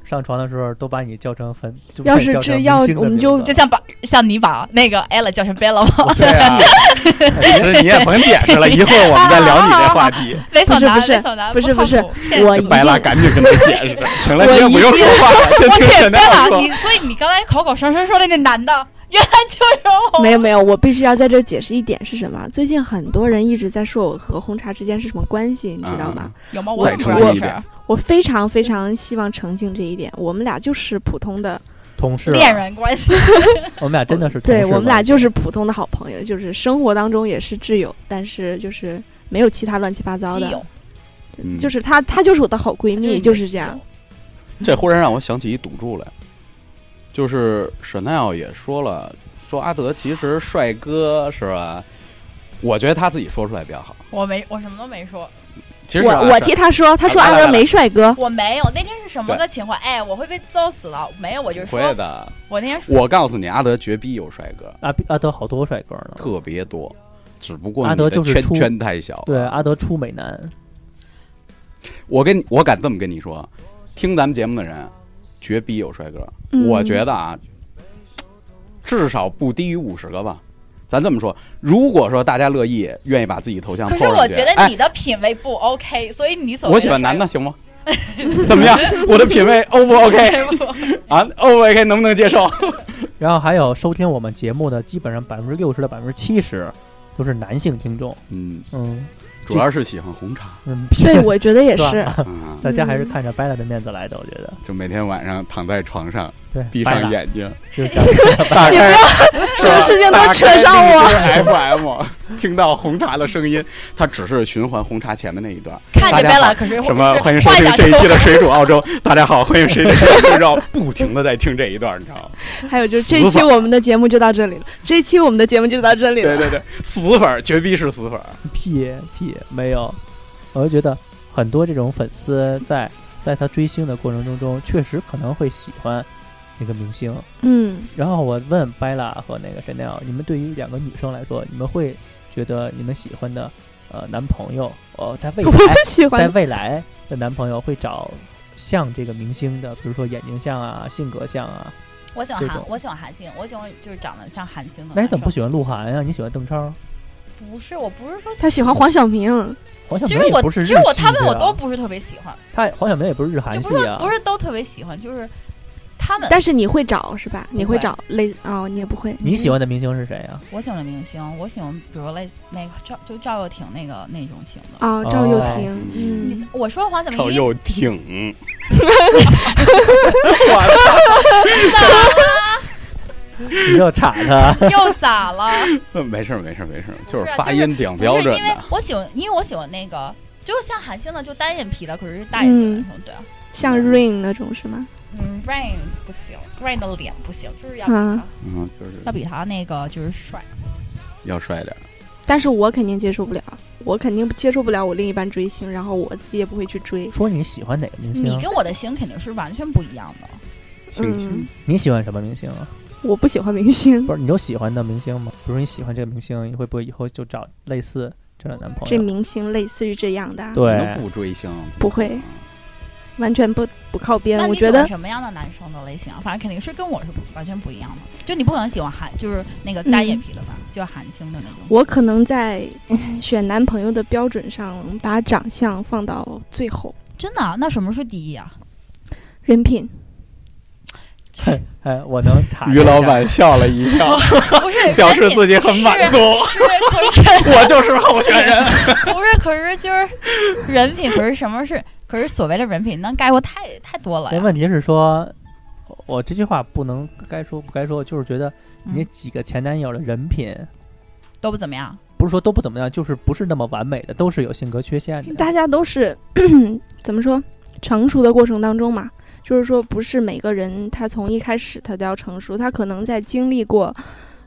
Speaker 1: 上床的时候都把你叫成粉，就
Speaker 4: 要
Speaker 1: 把你
Speaker 4: 是
Speaker 1: 叫成
Speaker 4: 这
Speaker 1: 明
Speaker 4: 要
Speaker 1: 星的
Speaker 4: 我们
Speaker 1: 名
Speaker 4: 就
Speaker 1: 字
Speaker 6: 就像把像你把那个 Ella 叫成 Bella 吗？
Speaker 5: 对啊，其实你也甭解释了，一会儿我们再聊你这话题。
Speaker 6: 猥琐男，
Speaker 4: 不是
Speaker 6: 猥琐男，
Speaker 4: 不是
Speaker 6: 靠谱
Speaker 4: 不是我一定
Speaker 5: 白拉，赶紧跟他解释。行了，你也不用说话 了， 先
Speaker 6: 我
Speaker 5: 听
Speaker 6: 去
Speaker 5: 沈亮
Speaker 6: Bella，
Speaker 5: 说。
Speaker 6: 你所以你刚才口口声声说的那男的，原来就是 我。
Speaker 4: 没有没有，我必须要在这儿解释一点是什么？最近很多人一直在说我和红茶之间是什么关系，你知道吗？
Speaker 6: 有吗？
Speaker 5: 再
Speaker 6: 我怎么
Speaker 5: 澄
Speaker 6: 不知
Speaker 5: 清
Speaker 6: 道
Speaker 5: 一
Speaker 6: 这事
Speaker 5: 遍
Speaker 6: 儿？
Speaker 4: 我非常非常希望澄清这一点，我们俩就是普通的，
Speaker 1: 同事，
Speaker 6: 恋人关系，
Speaker 1: 我们俩真的是同
Speaker 4: 对
Speaker 1: 事
Speaker 4: 我们俩
Speaker 1: 关系
Speaker 4: 就是普通的好朋友，就是生活当中也是挚友，但是就是没有其他乱七八糟
Speaker 6: 基
Speaker 4: 的，
Speaker 6: 友，
Speaker 5: 嗯
Speaker 4: 就是她她就是我的好闺蜜，就是这样。。
Speaker 5: 这忽然让我想起一赌注来，就是 Chanel 也说了，说阿德其实帅哥是吧？我觉得他自己说出来比较好。
Speaker 6: 我没，我什么都没说，
Speaker 5: 其实啊
Speaker 4: 我我
Speaker 5: 是
Speaker 4: 替她说，她说
Speaker 5: 来来
Speaker 4: 阿德
Speaker 5: 来来
Speaker 4: 没帅哥，
Speaker 6: 我没有。那天是什么
Speaker 5: 对
Speaker 6: 个情况？哎，我会被揍死了。没有，我就
Speaker 5: 不会
Speaker 6: 说，
Speaker 5: 的。
Speaker 6: 我那天说，
Speaker 5: 我告诉你，阿德绝逼有帅哥，
Speaker 1: 阿阿德好多帅哥呢，
Speaker 5: 特别多，只不过
Speaker 1: 阿
Speaker 5: 你
Speaker 1: 德
Speaker 5: 的
Speaker 1: 就是
Speaker 5: 圈
Speaker 1: 出
Speaker 5: 圈太小。
Speaker 1: 对，阿德出美男，
Speaker 5: 我跟你我敢这么跟你说，听咱们节目的人绝逼有帅哥。
Speaker 4: 嗯
Speaker 5: 我觉得啊，至少不低于五十个吧。咱这么说，如果说大家乐意，愿意把自己头像
Speaker 6: 可
Speaker 5: po
Speaker 6: 是
Speaker 5: 上去，
Speaker 6: 我觉得
Speaker 5: 哎，
Speaker 6: 你的品味不 OK，所以你所谓
Speaker 5: 我喜欢男
Speaker 6: 帅
Speaker 5: 的，行吗？ 怎么样？我的品味 O 不 OK
Speaker 6: 哥。
Speaker 5: 啊？O 不 OK 能不能接受？
Speaker 1: 然后还有收听我们节目的基本上百分之六十到百分之七十都是男性听众，
Speaker 5: 嗯，
Speaker 1: 嗯
Speaker 5: 主要是喜欢红茶。
Speaker 1: 嗯，
Speaker 4: 对，我觉得 也
Speaker 1: 算
Speaker 4: 是。嗯
Speaker 5: 啊，
Speaker 1: 大家还是看着白拉的面子来的，我觉得
Speaker 5: 就每天晚上躺在床上，
Speaker 1: 对，
Speaker 5: 闭
Speaker 1: 白
Speaker 5: 上
Speaker 1: 拉
Speaker 5: 眼 睛，
Speaker 1: 就想
Speaker 5: 大开
Speaker 4: 什么事情都扯上我。
Speaker 5: 我。FM 听到红茶的声音，它只是循环红茶前面那一段。
Speaker 6: 看
Speaker 5: 大
Speaker 6: 见
Speaker 5: 家
Speaker 6: Bella，
Speaker 5: 好
Speaker 6: 可是
Speaker 5: 什么？
Speaker 6: 是
Speaker 5: 欢迎收听
Speaker 6: 幻想
Speaker 5: 这一期
Speaker 6: 中
Speaker 5: 的《水煮澳洲》。大家好，欢迎谁谁谁，不知道不停的在听这一段，你知道吗？
Speaker 4: 还有就是这一期我们的节目就到这里了，这一期我们的节目就到这里
Speaker 5: 对
Speaker 4: 了。
Speaker 5: 对对，死粉儿绝逼是死粉儿。
Speaker 1: 屁屁没有，我就觉得很多这种粉丝在在他追星的过程中中，确实可能会喜欢一个明星。
Speaker 4: 嗯，
Speaker 1: 然后我问 Bella 和那个 Chanel，你们对于两个女生来说，你们会觉得你们喜欢的呃男朋友，呃，在 未
Speaker 4: 我
Speaker 1: 来
Speaker 4: 们喜
Speaker 1: 在
Speaker 4: 欢
Speaker 1: 未来的男朋友会找像这个明星的，比如说眼睛像啊、性格像啊。
Speaker 6: 我喜
Speaker 1: 这
Speaker 6: 欢韩
Speaker 1: 种，
Speaker 6: 我喜欢韩星，我喜欢就是长得像韩星的。
Speaker 1: 那你怎么不？喜欢鹿晗啊？你喜欢邓超？
Speaker 6: 不是，我不是说
Speaker 4: 他喜欢。黄晓明，
Speaker 6: 呃
Speaker 1: 黄晓
Speaker 6: 其
Speaker 1: 明
Speaker 6: 实
Speaker 1: 也
Speaker 6: 我
Speaker 1: 不是
Speaker 6: 其
Speaker 1: 日
Speaker 6: 实我
Speaker 1: 系
Speaker 6: 他们
Speaker 1: 的啊
Speaker 6: 我
Speaker 1: 呀
Speaker 6: 都不是特别喜欢，
Speaker 1: 他黄晓明也不是日韩
Speaker 6: 就
Speaker 1: 系
Speaker 6: 不是
Speaker 1: 啊
Speaker 6: 说不，是都特别喜欢，就是他们。
Speaker 4: 但是你会找是吧？你
Speaker 6: 不
Speaker 4: 会
Speaker 6: 会
Speaker 4: 找类哦，你也不会。
Speaker 1: 你喜欢的明星是谁啊？
Speaker 6: 我喜欢的明星，我喜欢比如类那个赵就赵又廷那个那种型的。
Speaker 4: 哦，赵又
Speaker 1: 哦
Speaker 4: 廷，嗯，
Speaker 6: 我说黄晓明
Speaker 5: 赵
Speaker 6: 因为
Speaker 5: 又廷，我
Speaker 1: 你就插他。
Speaker 6: 又咋了？
Speaker 5: 操没事儿没事儿没事儿，
Speaker 6: 不啊
Speaker 5: 就是发
Speaker 6: 就是
Speaker 5: 音挺
Speaker 6: 不 是
Speaker 5: 标准
Speaker 6: 因为
Speaker 5: 的。
Speaker 6: 我喜欢，因为我喜欢那个，就是像韩星呢，就单眼皮的，可是是大眼睛的那种，
Speaker 4: 嗯
Speaker 6: 对啊。
Speaker 4: 像 Rain 那种是吗？
Speaker 6: 嗯，Rain 不行，Rain 的脸不行，就是要比他、
Speaker 4: 嗯，
Speaker 5: 嗯，就是
Speaker 6: 要比他那个就是帅。
Speaker 5: 要帅点儿。
Speaker 4: 但是我肯定接受不了，我肯定接受不了我另一半追星，然后我自己也不会去追。
Speaker 1: 说你喜欢哪个明星？
Speaker 6: 你跟我的型肯定是完全不一样的。
Speaker 5: 星
Speaker 4: 嗯
Speaker 5: 星，，
Speaker 1: 你喜欢什么明星啊？
Speaker 4: 我不喜欢明星，
Speaker 1: 不是你有喜欢的明星吗？比如你喜欢这个明星，你会不会以后就找类似这样的男朋
Speaker 4: 这
Speaker 1: 友？
Speaker 4: 明星类似于这样的啊，
Speaker 5: 我
Speaker 1: 对
Speaker 5: 能，不追星？啊
Speaker 4: 不会，完全不不靠边
Speaker 6: 那。
Speaker 4: 我
Speaker 6: 你喜
Speaker 4: 觉
Speaker 6: 欢
Speaker 4: 得
Speaker 6: 什么样的男生的类型啊？反正肯定是跟我是不完全不一样的。就你不可能喜欢韩，就是那
Speaker 4: 嗯
Speaker 6: 个单眼皮的吧，就韩星的那种。
Speaker 4: 我可能 在嗯选男朋友的标准上把长相放到最后，
Speaker 6: 真的啊、那什么是第 一啊？
Speaker 4: 人品。
Speaker 1: 哎，我能查一
Speaker 5: 啊于
Speaker 1: 下
Speaker 5: 老板笑了一笑，
Speaker 6: 不是
Speaker 5: 表示自己很满足。
Speaker 6: 是可是 啊
Speaker 5: 我就是候选人。
Speaker 6: 不是，可是就是人品，可是什么是？可是所谓的人品能概括太太多了
Speaker 1: 但
Speaker 6: 呀。
Speaker 1: 问题是说，我这句话不能该说不该说，就是觉得你
Speaker 6: 嗯
Speaker 1: 几个前男友的人品，
Speaker 6: 都不怎么样，
Speaker 1: 不是说都不怎么样，就是不是那么完美的，都是有性格缺陷的。
Speaker 4: 大家都是 怎么说成熟的过程当中嘛，就是说不是每个人他从一开始他都要成熟，他可能在经历过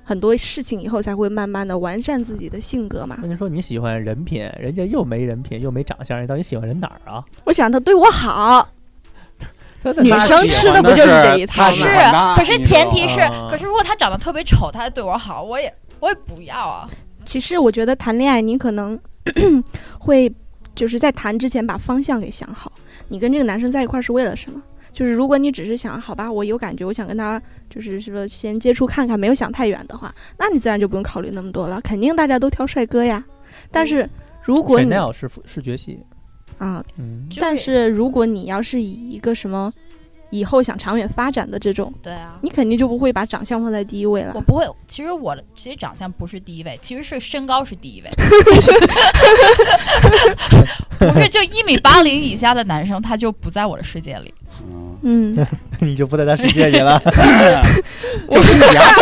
Speaker 4: 很多事情以后才会慢慢的完善自己的性格嘛
Speaker 1: 那。你说你喜欢人品，人家又没人品又没长相，你到底喜欢人哪儿啊？
Speaker 4: 我想他对我好，
Speaker 1: 他在
Speaker 4: 女
Speaker 1: 哪儿
Speaker 4: 生
Speaker 1: 喜
Speaker 4: 吃的
Speaker 1: 欢
Speaker 4: 不就是这一套
Speaker 5: 他
Speaker 4: 吗
Speaker 5: 喜
Speaker 6: 是
Speaker 5: 欢他，
Speaker 6: 可是
Speaker 5: 你知道
Speaker 6: 前
Speaker 5: 吗
Speaker 6: 提是
Speaker 1: 啊，
Speaker 6: 可是如果他长得特别丑，他还对我好，我也我也不要啊。
Speaker 4: 其实我觉得谈恋爱你可能 会就是在谈之前把方向给想好，你跟这个男生在一块儿是为了什么？就是如果你只是想好吧，我有感觉，我想跟他就是说先接触看看，没有想太远的话，那你自然就不用考虑那么多了。肯定大家都挑帅哥呀。但是如果你
Speaker 1: Chanel 是视觉系，
Speaker 4: 啊，
Speaker 1: 嗯，
Speaker 6: 就是
Speaker 4: 但是如果你要是以一个什么以后想长远发展的这种，
Speaker 6: 对啊，
Speaker 4: 你肯定就不会把长相放在第一位
Speaker 6: 我
Speaker 4: 了。
Speaker 6: 不会。其实我的其实长相不是第一位，其实是身高是第一位。 不是，就一米八零以下的男生，他就不在我的世界里。
Speaker 5: 嗯
Speaker 4: 嗯，
Speaker 1: 你就不在他世界里了。
Speaker 5: 就是你还他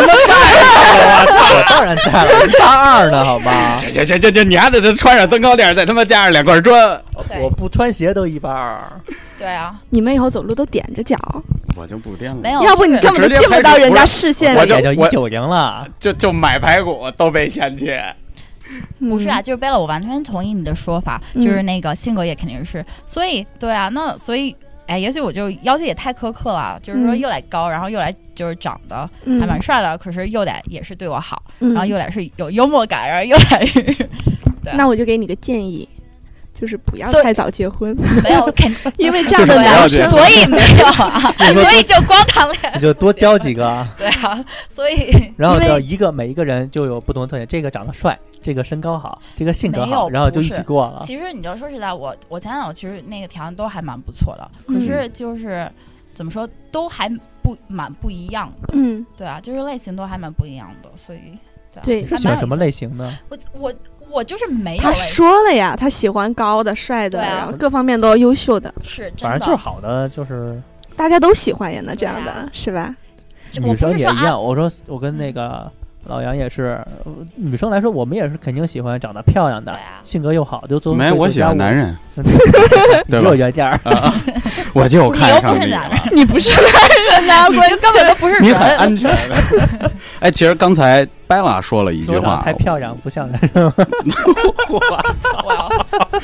Speaker 5: 妈
Speaker 1: 我当然在 了，一大二呢，好吗？
Speaker 5: 行行行行行，你还得再穿上增高垫，再他妈加上两块砖，
Speaker 6: 对
Speaker 1: 我不穿鞋都一八二，
Speaker 6: 对啊，
Speaker 4: 你们以后走路都点着脚，
Speaker 5: 我就不垫了。
Speaker 6: 没有，
Speaker 4: 要不你
Speaker 6: 就是
Speaker 4: 根本就进不到人家视线
Speaker 5: 我
Speaker 1: 我
Speaker 4: 里。
Speaker 5: 就
Speaker 1: 也就
Speaker 5: 我
Speaker 1: 一九零 了。
Speaker 5: 就就买排骨都被嫌弃，
Speaker 6: 不是
Speaker 4: 嗯
Speaker 6: 啊，就是贝勒，我完全同意你的说法，
Speaker 4: 嗯
Speaker 6: 就是那个性格也肯定是，所以对啊，那所以。哎，也许我就要求也太苛刻了，就是说
Speaker 4: 嗯
Speaker 6: 又得高，然后又得就是长得
Speaker 4: 嗯
Speaker 6: 还蛮帅的，可是又得也是对我好，
Speaker 4: 嗯
Speaker 6: 然后又得是有幽默感，然后又得是对
Speaker 4: 那我就给你个建议，就是不要
Speaker 6: 所以
Speaker 4: 太早结 婚，
Speaker 6: 没 有肯，啊
Speaker 4: 因为这样
Speaker 5: 就是
Speaker 4: 的
Speaker 5: 不要
Speaker 4: 男
Speaker 5: 结
Speaker 4: 生
Speaker 5: 婚
Speaker 6: 所以没有 啊，所以就光谈恋
Speaker 1: 你
Speaker 6: 爱，
Speaker 1: 就多交几个，
Speaker 6: 对啊，所以
Speaker 1: 然后
Speaker 4: 因为
Speaker 1: 就一个每一个人就有不同的特点，这个长得帅，这个身高好，这个性格
Speaker 6: 没有
Speaker 1: 好，然后就
Speaker 6: 不
Speaker 1: 一
Speaker 6: 是
Speaker 1: 起过
Speaker 4: 哦
Speaker 1: 了。
Speaker 6: 其实你要说实在，我我前男友其实那个条件都还蛮不错的，
Speaker 4: 嗯
Speaker 6: 可是就是、怎么说都还不蛮不一样的，
Speaker 4: 嗯，
Speaker 6: 对啊，就是类型都还蛮不一样的，所以
Speaker 4: 对
Speaker 1: 你是喜欢什么类型呢？
Speaker 6: 我我我我就是没有
Speaker 4: 他
Speaker 6: 哎
Speaker 4: 说了呀，他喜欢高的、帅的，
Speaker 6: 对啊
Speaker 4: 然后各方面都优秀的，
Speaker 6: 是真
Speaker 1: 反
Speaker 6: 的，
Speaker 1: 正就是好的，就是
Speaker 4: 大家都喜欢呀，那这样
Speaker 6: 对
Speaker 4: 的、
Speaker 6: 啊
Speaker 4: 是吧？
Speaker 6: 我
Speaker 1: 女
Speaker 6: 不
Speaker 1: 生
Speaker 6: 是
Speaker 1: 也
Speaker 6: 说
Speaker 1: 一
Speaker 6: 啊，
Speaker 1: 样。我说我跟那个老杨也是，呃女生来说，我们也是肯定喜欢长得漂亮
Speaker 6: 对
Speaker 1: 的，
Speaker 6: 啊，
Speaker 1: 性格又好，就做
Speaker 5: 没，我喜欢 男，人，
Speaker 1: 就加
Speaker 5: 对
Speaker 1: 我你
Speaker 5: 吧啊
Speaker 1: 有？原件儿，
Speaker 5: 我就
Speaker 6: 你
Speaker 5: 看
Speaker 6: 又
Speaker 5: 上
Speaker 6: 不是
Speaker 5: 你
Speaker 6: 男
Speaker 5: 了，
Speaker 6: 人，
Speaker 4: 你不是男人啊，
Speaker 6: 你就根本都不是
Speaker 5: 你很
Speaker 6: 人。啊
Speaker 5: 安全。 哎，其实刚才白拉说了一句
Speaker 1: 说长
Speaker 5: 话
Speaker 1: 得，太漂亮不像人，
Speaker 6: 我要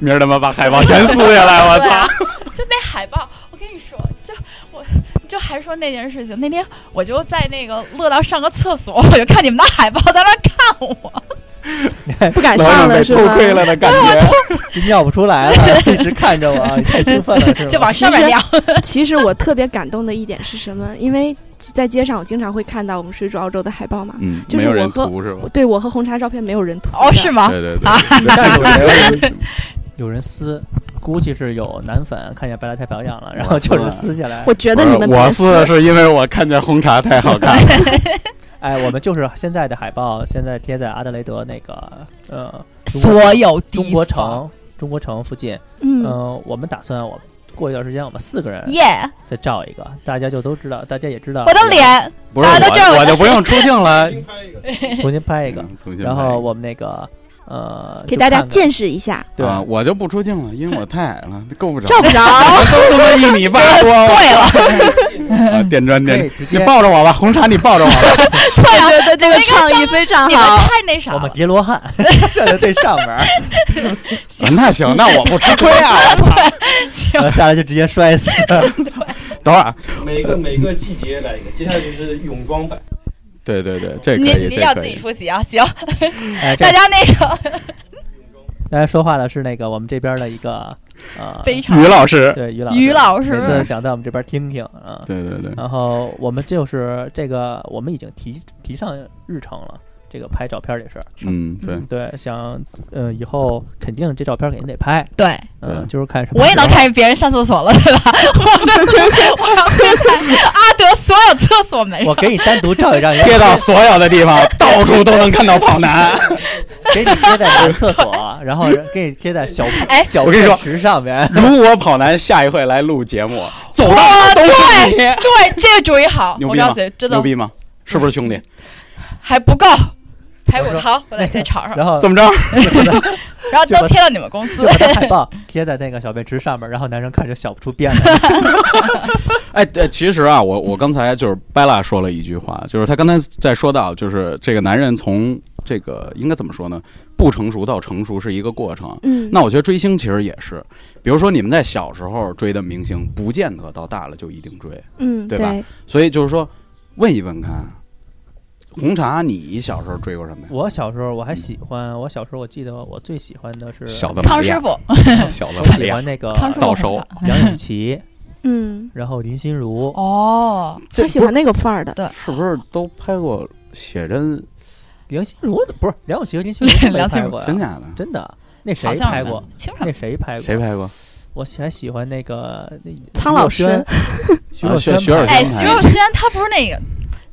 Speaker 5: 明儿他妈把海报全撕下来，我
Speaker 6: 对
Speaker 5: 操！
Speaker 6: 啊，就那海报，我跟你说，就我就还说那件事情，那天我就在那个乐到上个厕所，我就看你们的海报在那儿看我，
Speaker 4: 不敢
Speaker 5: 哎老
Speaker 4: 上
Speaker 5: 有被
Speaker 4: 了是
Speaker 5: 偷
Speaker 4: 吗？
Speaker 5: 窥了的感觉。
Speaker 1: 就尿不出来了，一直看着 我，你太兴奋了是
Speaker 6: 就
Speaker 1: 吧
Speaker 6: 往？上面
Speaker 4: 其实
Speaker 6: 亮。
Speaker 4: 其实我特别感动的一点是什么？因为在街上我经常会看到我们水煮澳洲的海报嘛。
Speaker 5: 嗯，
Speaker 4: 就是
Speaker 5: 没有
Speaker 4: 我
Speaker 5: 人
Speaker 4: 和
Speaker 5: 涂是吧
Speaker 4: 我？对我和红茶照片没有人涂
Speaker 6: 哦，是吗？
Speaker 5: 对对对，
Speaker 1: 但是
Speaker 5: 对 对
Speaker 1: 有人撕，估计是有男粉看见白来太漂亮了，然后就是撕下来。
Speaker 4: 我觉得你们
Speaker 5: 我我
Speaker 4: 别撕
Speaker 5: 撕是因为我看见红茶太好 看了，
Speaker 1: 哎，我们就是现在的海报，现在贴在阿德雷德那个呃中国
Speaker 6: 所有地
Speaker 1: 中国
Speaker 6: 方，
Speaker 1: 城中国城附近。嗯、
Speaker 4: 嗯，
Speaker 1: 我们打算我过一段时间，我们四个人
Speaker 6: 耶
Speaker 1: 再照一个，大家就都知道，大家也知道。
Speaker 6: 我的，脸，
Speaker 5: 嗯不是
Speaker 6: 啊那这样
Speaker 5: 我我就不用出镜了。
Speaker 1: 重新拍一个，
Speaker 5: 嗯重新
Speaker 1: 然
Speaker 5: 拍一
Speaker 1: 后
Speaker 5: 个
Speaker 1: 我们那个呃，
Speaker 4: 给
Speaker 1: 就
Speaker 4: 大家
Speaker 1: 看看
Speaker 4: 见识一下，
Speaker 1: 对、
Speaker 5: 啊，我就不出镜了，因为我太矮了，够不着。
Speaker 4: 照不着。
Speaker 5: 都他妈一米八多，
Speaker 6: 碎了，
Speaker 5: 啊电砖
Speaker 1: 可
Speaker 5: 电
Speaker 1: 以直，
Speaker 5: 你
Speaker 1: 接
Speaker 5: 抱着我吧，红茶你抱着我吧。
Speaker 6: 对啊，
Speaker 4: 得这
Speaker 6: 个倡
Speaker 4: 议非常
Speaker 6: 你们。太那啥
Speaker 1: 我们
Speaker 6: 了。
Speaker 1: 叠罗 汉站在最上面儿，
Speaker 5: 啊那行，那我不吃亏啊。
Speaker 1: 然后下来就直接摔 死。
Speaker 5: 等会儿啊，
Speaker 7: 每个每个季节来一个，接下来就是泳装版。
Speaker 5: 对对对，这可
Speaker 6: 你你
Speaker 5: 以，
Speaker 6: 一定
Speaker 5: 这
Speaker 6: 要
Speaker 5: 可
Speaker 6: 自己
Speaker 5: 以。
Speaker 6: 出席啊！行，
Speaker 1: 哎，这
Speaker 6: 大家那个
Speaker 1: 大家说话的是那个我们这边的一个呃，
Speaker 6: 非常
Speaker 5: 于老师，
Speaker 1: 对于老
Speaker 6: 于老师
Speaker 1: 每次想在我们这边听听啊。
Speaker 5: 对对对，
Speaker 1: 然后我们就是这个，我们已经提提上日程了，这个拍照片这事儿。
Speaker 5: 嗯对，
Speaker 1: 对，想呃以后肯定这照片肯定得拍，
Speaker 6: 对，
Speaker 1: 嗯、
Speaker 5: 对
Speaker 1: 就是看什么
Speaker 6: 我也
Speaker 1: 时候
Speaker 6: 能看见别人上厕所了，对吧？我能，我要会看阿德所有厕所门
Speaker 1: 我
Speaker 6: 上，
Speaker 1: 给你单独照一张，
Speaker 5: 贴到所有的地方，到处都能看到跑男。
Speaker 1: 给你贴在男厕所，然后给你贴在小
Speaker 6: 哎
Speaker 1: 小
Speaker 5: 我跟你说
Speaker 1: 便池上面。
Speaker 5: 如果跑男下一回来录节目，走到哪儿都是你，
Speaker 6: 对，这个主意好，
Speaker 5: 牛
Speaker 6: 我
Speaker 5: 逼吗
Speaker 6: 告诉你，？真
Speaker 5: 牛
Speaker 6: 的
Speaker 5: 逼吗？是不是兄弟？
Speaker 7: 嗯
Speaker 6: 还不够。排骨汤，我得先尝尝，
Speaker 1: 然后
Speaker 5: 怎么着？
Speaker 6: 然后
Speaker 1: 就把
Speaker 6: 都贴到你 们公司
Speaker 1: 就。把那海报贴在那个小便池上面，然后男生看着笑不出便来。
Speaker 5: 哎，对，其实啊，我我刚才就是贝拉说了一句话，就是他刚才在说到，就是这个男人从这个应该怎么说呢？不成熟到成熟是一个过程。
Speaker 4: 嗯，
Speaker 5: 那我觉得追星其实也是，比如说你们在小时候追的明星，不见得到大了就一定追。
Speaker 4: 嗯
Speaker 5: 对吧所以就是说，问一问看，红茶，你小时候追过什么呀？
Speaker 1: 我小时候我还喜欢，我小时候我记得我最喜欢的是
Speaker 5: 小的玛
Speaker 6: 康
Speaker 5: 利
Speaker 6: 师
Speaker 5: 亚，
Speaker 6: 傅，
Speaker 5: 小的
Speaker 1: 我
Speaker 5: 玛利
Speaker 1: 喜
Speaker 5: 亚，
Speaker 1: 欢那个
Speaker 6: 康师傅
Speaker 5: 早
Speaker 6: 很
Speaker 5: 熟
Speaker 6: 好。
Speaker 1: 杨永琪，
Speaker 4: 嗯，
Speaker 1: 然后林心如，
Speaker 6: 哦，
Speaker 5: 这
Speaker 4: 他喜欢那个范儿的，
Speaker 5: 是不是都拍过写真？
Speaker 1: 林心如不是梁咏琪和林心如没
Speaker 6: 梁心
Speaker 1: 拍
Speaker 6: 如
Speaker 1: 过呀？啊
Speaker 5: 真假的？
Speaker 1: 真的，那谁
Speaker 6: 好像
Speaker 1: 拍过？
Speaker 6: 清
Speaker 5: 嗯
Speaker 6: 爽
Speaker 1: 那谁拍过？
Speaker 5: 谁？拍过？
Speaker 1: 我喜还喜欢那个那
Speaker 4: 苍老
Speaker 1: 徐若
Speaker 4: 师
Speaker 1: 瑄，徐若瑄
Speaker 5: 啊徐徐若
Speaker 1: 拍的
Speaker 5: 瑄还
Speaker 6: 哎，徐若瑄她不是那个，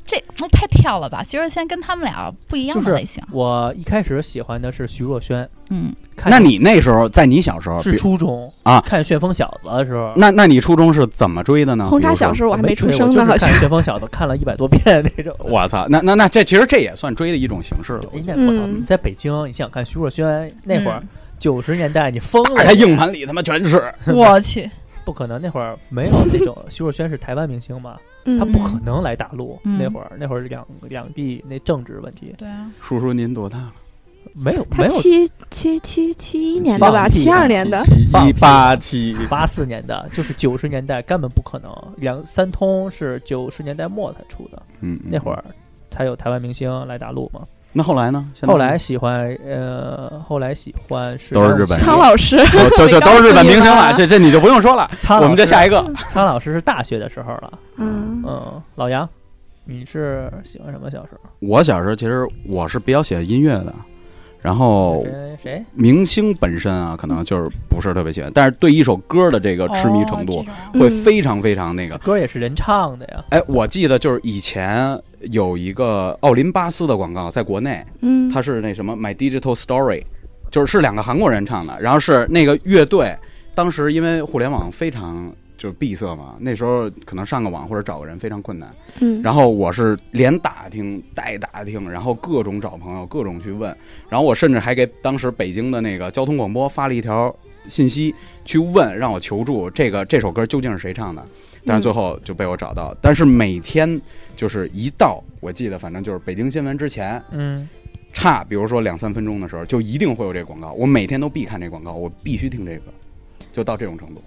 Speaker 6: 这那太跳了吧？徐若瑄跟他们俩不一样
Speaker 1: 就
Speaker 6: 的
Speaker 1: 是
Speaker 6: 类型。
Speaker 1: 我一开始喜欢的是徐若瑄，
Speaker 6: 嗯，
Speaker 1: 看
Speaker 5: 那你那时候，在你小时候，
Speaker 1: 是
Speaker 5: 比
Speaker 1: 初中
Speaker 5: 啊
Speaker 1: 看《旋风小子》的时候，
Speaker 5: 那那你初中是怎么追的呢？
Speaker 4: 红
Speaker 5: 啊
Speaker 4: 茶
Speaker 5: 比如说
Speaker 4: 小时候我还没出
Speaker 1: 追
Speaker 4: 生
Speaker 1: 我
Speaker 4: 呢，
Speaker 1: 就是
Speaker 4: 好像
Speaker 1: 看。《旋风小子》 看了一百多遍那种。
Speaker 5: 我操，那那那这其实这也算追的一种形式了。
Speaker 1: 人家我操，
Speaker 4: 嗯
Speaker 1: 你在北京，你想看徐若瑄那会儿
Speaker 6: 嗯，
Speaker 1: 九十年代你疯
Speaker 5: 打
Speaker 1: 了，
Speaker 5: 开硬盘里哎他妈全是，
Speaker 6: 我去，
Speaker 1: 不可能，那会儿没有那种徐若瑄是台湾明星嘛，她
Speaker 4: 嗯，
Speaker 1: 不可能来大陆。
Speaker 6: 嗯
Speaker 1: 那会儿那会儿两两地那政治问题
Speaker 6: 对啊，
Speaker 5: 叔叔您多大了？
Speaker 1: 没有没
Speaker 4: 他
Speaker 1: 有
Speaker 4: 七七七七一年的
Speaker 1: 放
Speaker 4: 吧，
Speaker 1: 屁
Speaker 4: 七
Speaker 5: 啊
Speaker 4: 二年的，
Speaker 1: 放屁
Speaker 5: 一八七，
Speaker 1: 八四年的，就是九十年代根本不可能。两三通是九十年代末才出的，
Speaker 5: 嗯，
Speaker 1: 那会。儿才有台湾明星来大陆嘛。
Speaker 5: 那后来呢？现在哦
Speaker 1: 后来喜欢呃，后来喜欢是
Speaker 5: 都是日本人
Speaker 4: 苍老师，
Speaker 5: 都就就
Speaker 4: 告
Speaker 5: 都
Speaker 4: 诉
Speaker 5: 是日本
Speaker 4: 你
Speaker 5: 明星
Speaker 4: 吧
Speaker 5: 了，这这你就不用说了，
Speaker 1: 苍
Speaker 5: 我们
Speaker 1: 这
Speaker 5: 再下一个。
Speaker 1: 苍老师是大学的时候了。
Speaker 4: 嗯，
Speaker 1: 嗯，老杨，你是喜欢什么小时候？
Speaker 5: 我小时候其实我是比较喜欢音乐的，然后
Speaker 1: 谁谁
Speaker 5: 明星本身啊，可能就是不是特别喜欢，但是对一首歌的这个痴迷程度
Speaker 6: 哦这种
Speaker 5: 会
Speaker 4: 嗯
Speaker 5: 非常非常那个。
Speaker 1: 歌也是人唱的呀，
Speaker 5: 哎，我记得就是以前有一个奥林巴斯的广告，在国内，
Speaker 4: 嗯，
Speaker 5: 它是那什么 My Digital Story，就是是两个韩国人唱的，然后是那个乐队，当时因为互联网非常就是闭塞嘛，那时候可能上个网或者找个人非常困难，
Speaker 4: 嗯
Speaker 5: 然后我是连打听带打听，然后各种找朋友，各种去问，然后我甚至还给当时北京的那个交通广播发了一条信息去问，让我求助这个这首歌究竟是谁唱的。但
Speaker 6: 嗯
Speaker 5: 是最后就被我找到。但是每天就是一到，我记得反正就是北京新闻之前，
Speaker 1: 嗯，
Speaker 5: 差比如说两三分钟的时候，就一定会有这广告。我每天都必看这广告，我必须听这个，就到这种程度。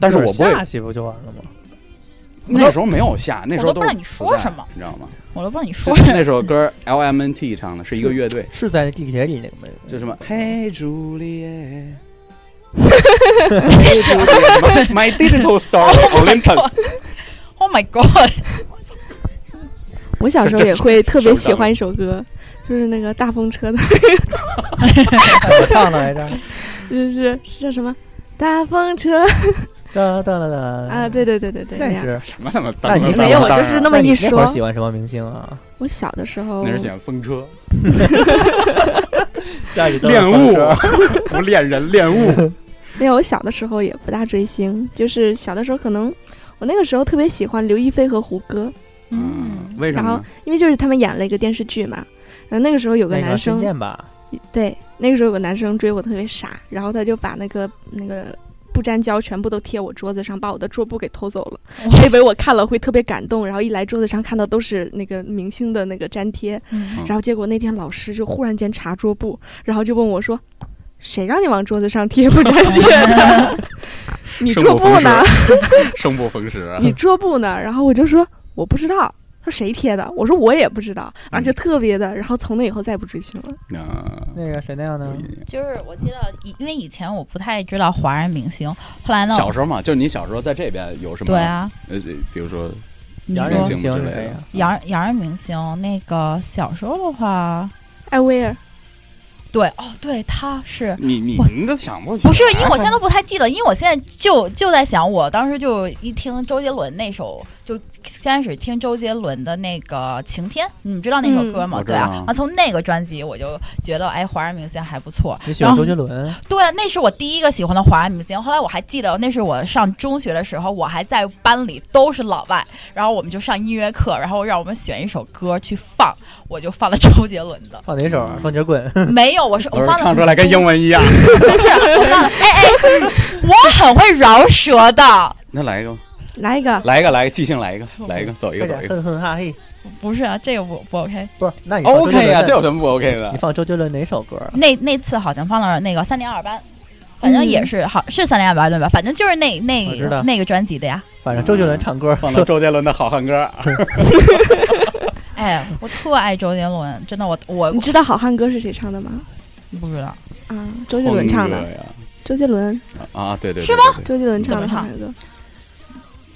Speaker 5: 但是我不
Speaker 1: 就是
Speaker 5: 会
Speaker 1: 下，戏不就完了吗？
Speaker 5: 那时候没有下，那时候
Speaker 6: 我都不知道
Speaker 5: 是
Speaker 6: 你
Speaker 5: 磁
Speaker 6: 说
Speaker 5: 带
Speaker 6: 什么，
Speaker 5: 你知道吗？
Speaker 6: 我都不知道你
Speaker 5: 就
Speaker 6: 说什么。
Speaker 5: 那首歌 L M N T 唱的是一个乐队，
Speaker 1: 是在地铁里那个没？
Speaker 5: 就 什么嘿朱丽叶。嘿朱丽叶 My my digital star Olympus，
Speaker 6: Oh my god！
Speaker 4: 我小时候也会特别喜欢一首歌，就是那个大风车的，
Speaker 1: 怎么 唱来着？
Speaker 4: 就是是叫什么？大风车
Speaker 1: 哒哒哒哒
Speaker 4: 啊，对对对对对，
Speaker 1: 哎
Speaker 4: 啊
Speaker 1: 那
Speaker 4: 样。
Speaker 1: 是
Speaker 5: 什么怎么
Speaker 1: 那你
Speaker 4: 没有，我就是那么一
Speaker 1: 那会
Speaker 4: 说
Speaker 1: 儿。喜欢什么明星啊？
Speaker 4: 我小的时候
Speaker 5: 那，是喜欢风车，
Speaker 1: 家里都有
Speaker 5: 恋
Speaker 1: 风
Speaker 5: 物
Speaker 1: 车
Speaker 5: 不恋人，恋物。
Speaker 4: 没有，我小的时候也不大追星，就是小的时候可能我那个时候特别喜欢刘亦菲和胡歌，
Speaker 6: 嗯，，
Speaker 5: 为什
Speaker 4: 然
Speaker 5: 么
Speaker 4: 后
Speaker 5: 呢？
Speaker 4: 因为就是他们演了一个电视剧嘛，然后那个时候有个
Speaker 1: 那
Speaker 4: 男
Speaker 1: 个
Speaker 4: 生
Speaker 1: 孙，健吧，
Speaker 4: 对，那个时候有个男生追我特别傻，然后他就把那个那个不粘胶全部都贴我桌子上，把我的桌布给偷走了。他以为我看了会特别感动，然后一来桌子上看到都是那个明星的那个粘贴，
Speaker 6: 嗯
Speaker 4: 然后结果那天老师就忽然间查桌布，然后就问我说：“谁让你往桌子上贴不粘贴的？ 你
Speaker 5: 生
Speaker 4: 桌布
Speaker 5: 不逢时
Speaker 4: 呢？”
Speaker 5: 生不逢时 啊。
Speaker 4: 你桌布呢？然后我就说我不知道。他说谁贴的？我说我也不知道，
Speaker 1: 嗯
Speaker 4: 反正就特别的。然后从那以后再也不追星了。
Speaker 6: 嗯
Speaker 5: 啊
Speaker 1: 那个谁那样呢？
Speaker 6: 就是我记得以，因为以前我不太知道华人明星，后来呢，
Speaker 5: 小时候嘛，就是你小时候在这边有什么？
Speaker 6: 对，啊，
Speaker 5: 呃，比如说
Speaker 6: 你
Speaker 1: 洋
Speaker 5: 人
Speaker 1: 人
Speaker 6: 说
Speaker 5: 明
Speaker 1: 明
Speaker 5: 星
Speaker 1: 星是
Speaker 5: 之类
Speaker 1: 谁啊
Speaker 5: 的
Speaker 1: 呀？
Speaker 6: 洋洋人明星，那个小时候的话，
Speaker 4: 艾薇儿，
Speaker 6: 对哦，对，他是。
Speaker 5: 你你
Speaker 6: 我
Speaker 5: 你都想不起来
Speaker 6: 不是，因为我 现在都不太记得，因为我现在就就在想，我当时就一听周杰伦那首，就先开始听周杰伦的那个《晴天》，你们知道那首歌吗？
Speaker 5: 嗯我
Speaker 6: 对
Speaker 5: 知道
Speaker 6: 啊，啊，从那个专辑我就觉得，哎，华人明星还不错。
Speaker 1: 你喜欢周杰伦？。
Speaker 6: 对，那是我第一个喜欢的华人明星。后来我还记得，那是我上中学的时候，我还在班里都是老外，然后我们就上音乐课，然后让我们选一首歌去放，我就放了周杰伦的
Speaker 1: 放哪首
Speaker 5: 嗯
Speaker 1: 啊？放节棍。
Speaker 6: 没有，我是
Speaker 5: 都
Speaker 6: 我
Speaker 5: 是
Speaker 6: 放了
Speaker 5: 唱出来跟英文一 样。
Speaker 6: 不是我放了，哎哎， 我很会饶舌的，
Speaker 5: 那来一个，
Speaker 4: 来一个，
Speaker 5: 来一个，来一个，即兴来一个，来一个，走一个，
Speaker 1: 快
Speaker 5: 走一
Speaker 1: 点，
Speaker 5: 个。
Speaker 1: 哼哼哈嘿。
Speaker 6: 不是啊，这个不不 OK。
Speaker 1: 不是，那你放周杰
Speaker 5: 哦 OK 呀，
Speaker 1: 伦的
Speaker 5: 这有什么不 OK
Speaker 1: 你
Speaker 5: 的？
Speaker 1: 放周杰伦哪首歌啊？
Speaker 6: 那那次好像放了那个三零二班，反正也是、好是三零二班对吧？反正就是那
Speaker 1: 我
Speaker 6: 那
Speaker 1: 知道
Speaker 6: 那个专辑的呀。
Speaker 1: 反正周杰伦唱歌
Speaker 5: 放了
Speaker 1: 说
Speaker 5: 周杰伦的好汉歌，
Speaker 6: 哎，我特爱周杰伦，真的，我我
Speaker 4: 你知道《好汉歌》是谁唱的吗？
Speaker 6: 不知道。
Speaker 4: 啊，周杰伦唱的。周杰伦，
Speaker 5: 啊，对对，
Speaker 6: 是
Speaker 5: 吗？对
Speaker 4: 周杰伦唱的《
Speaker 6: 怎么
Speaker 4: 好
Speaker 6: 唱
Speaker 4: 汉歌》。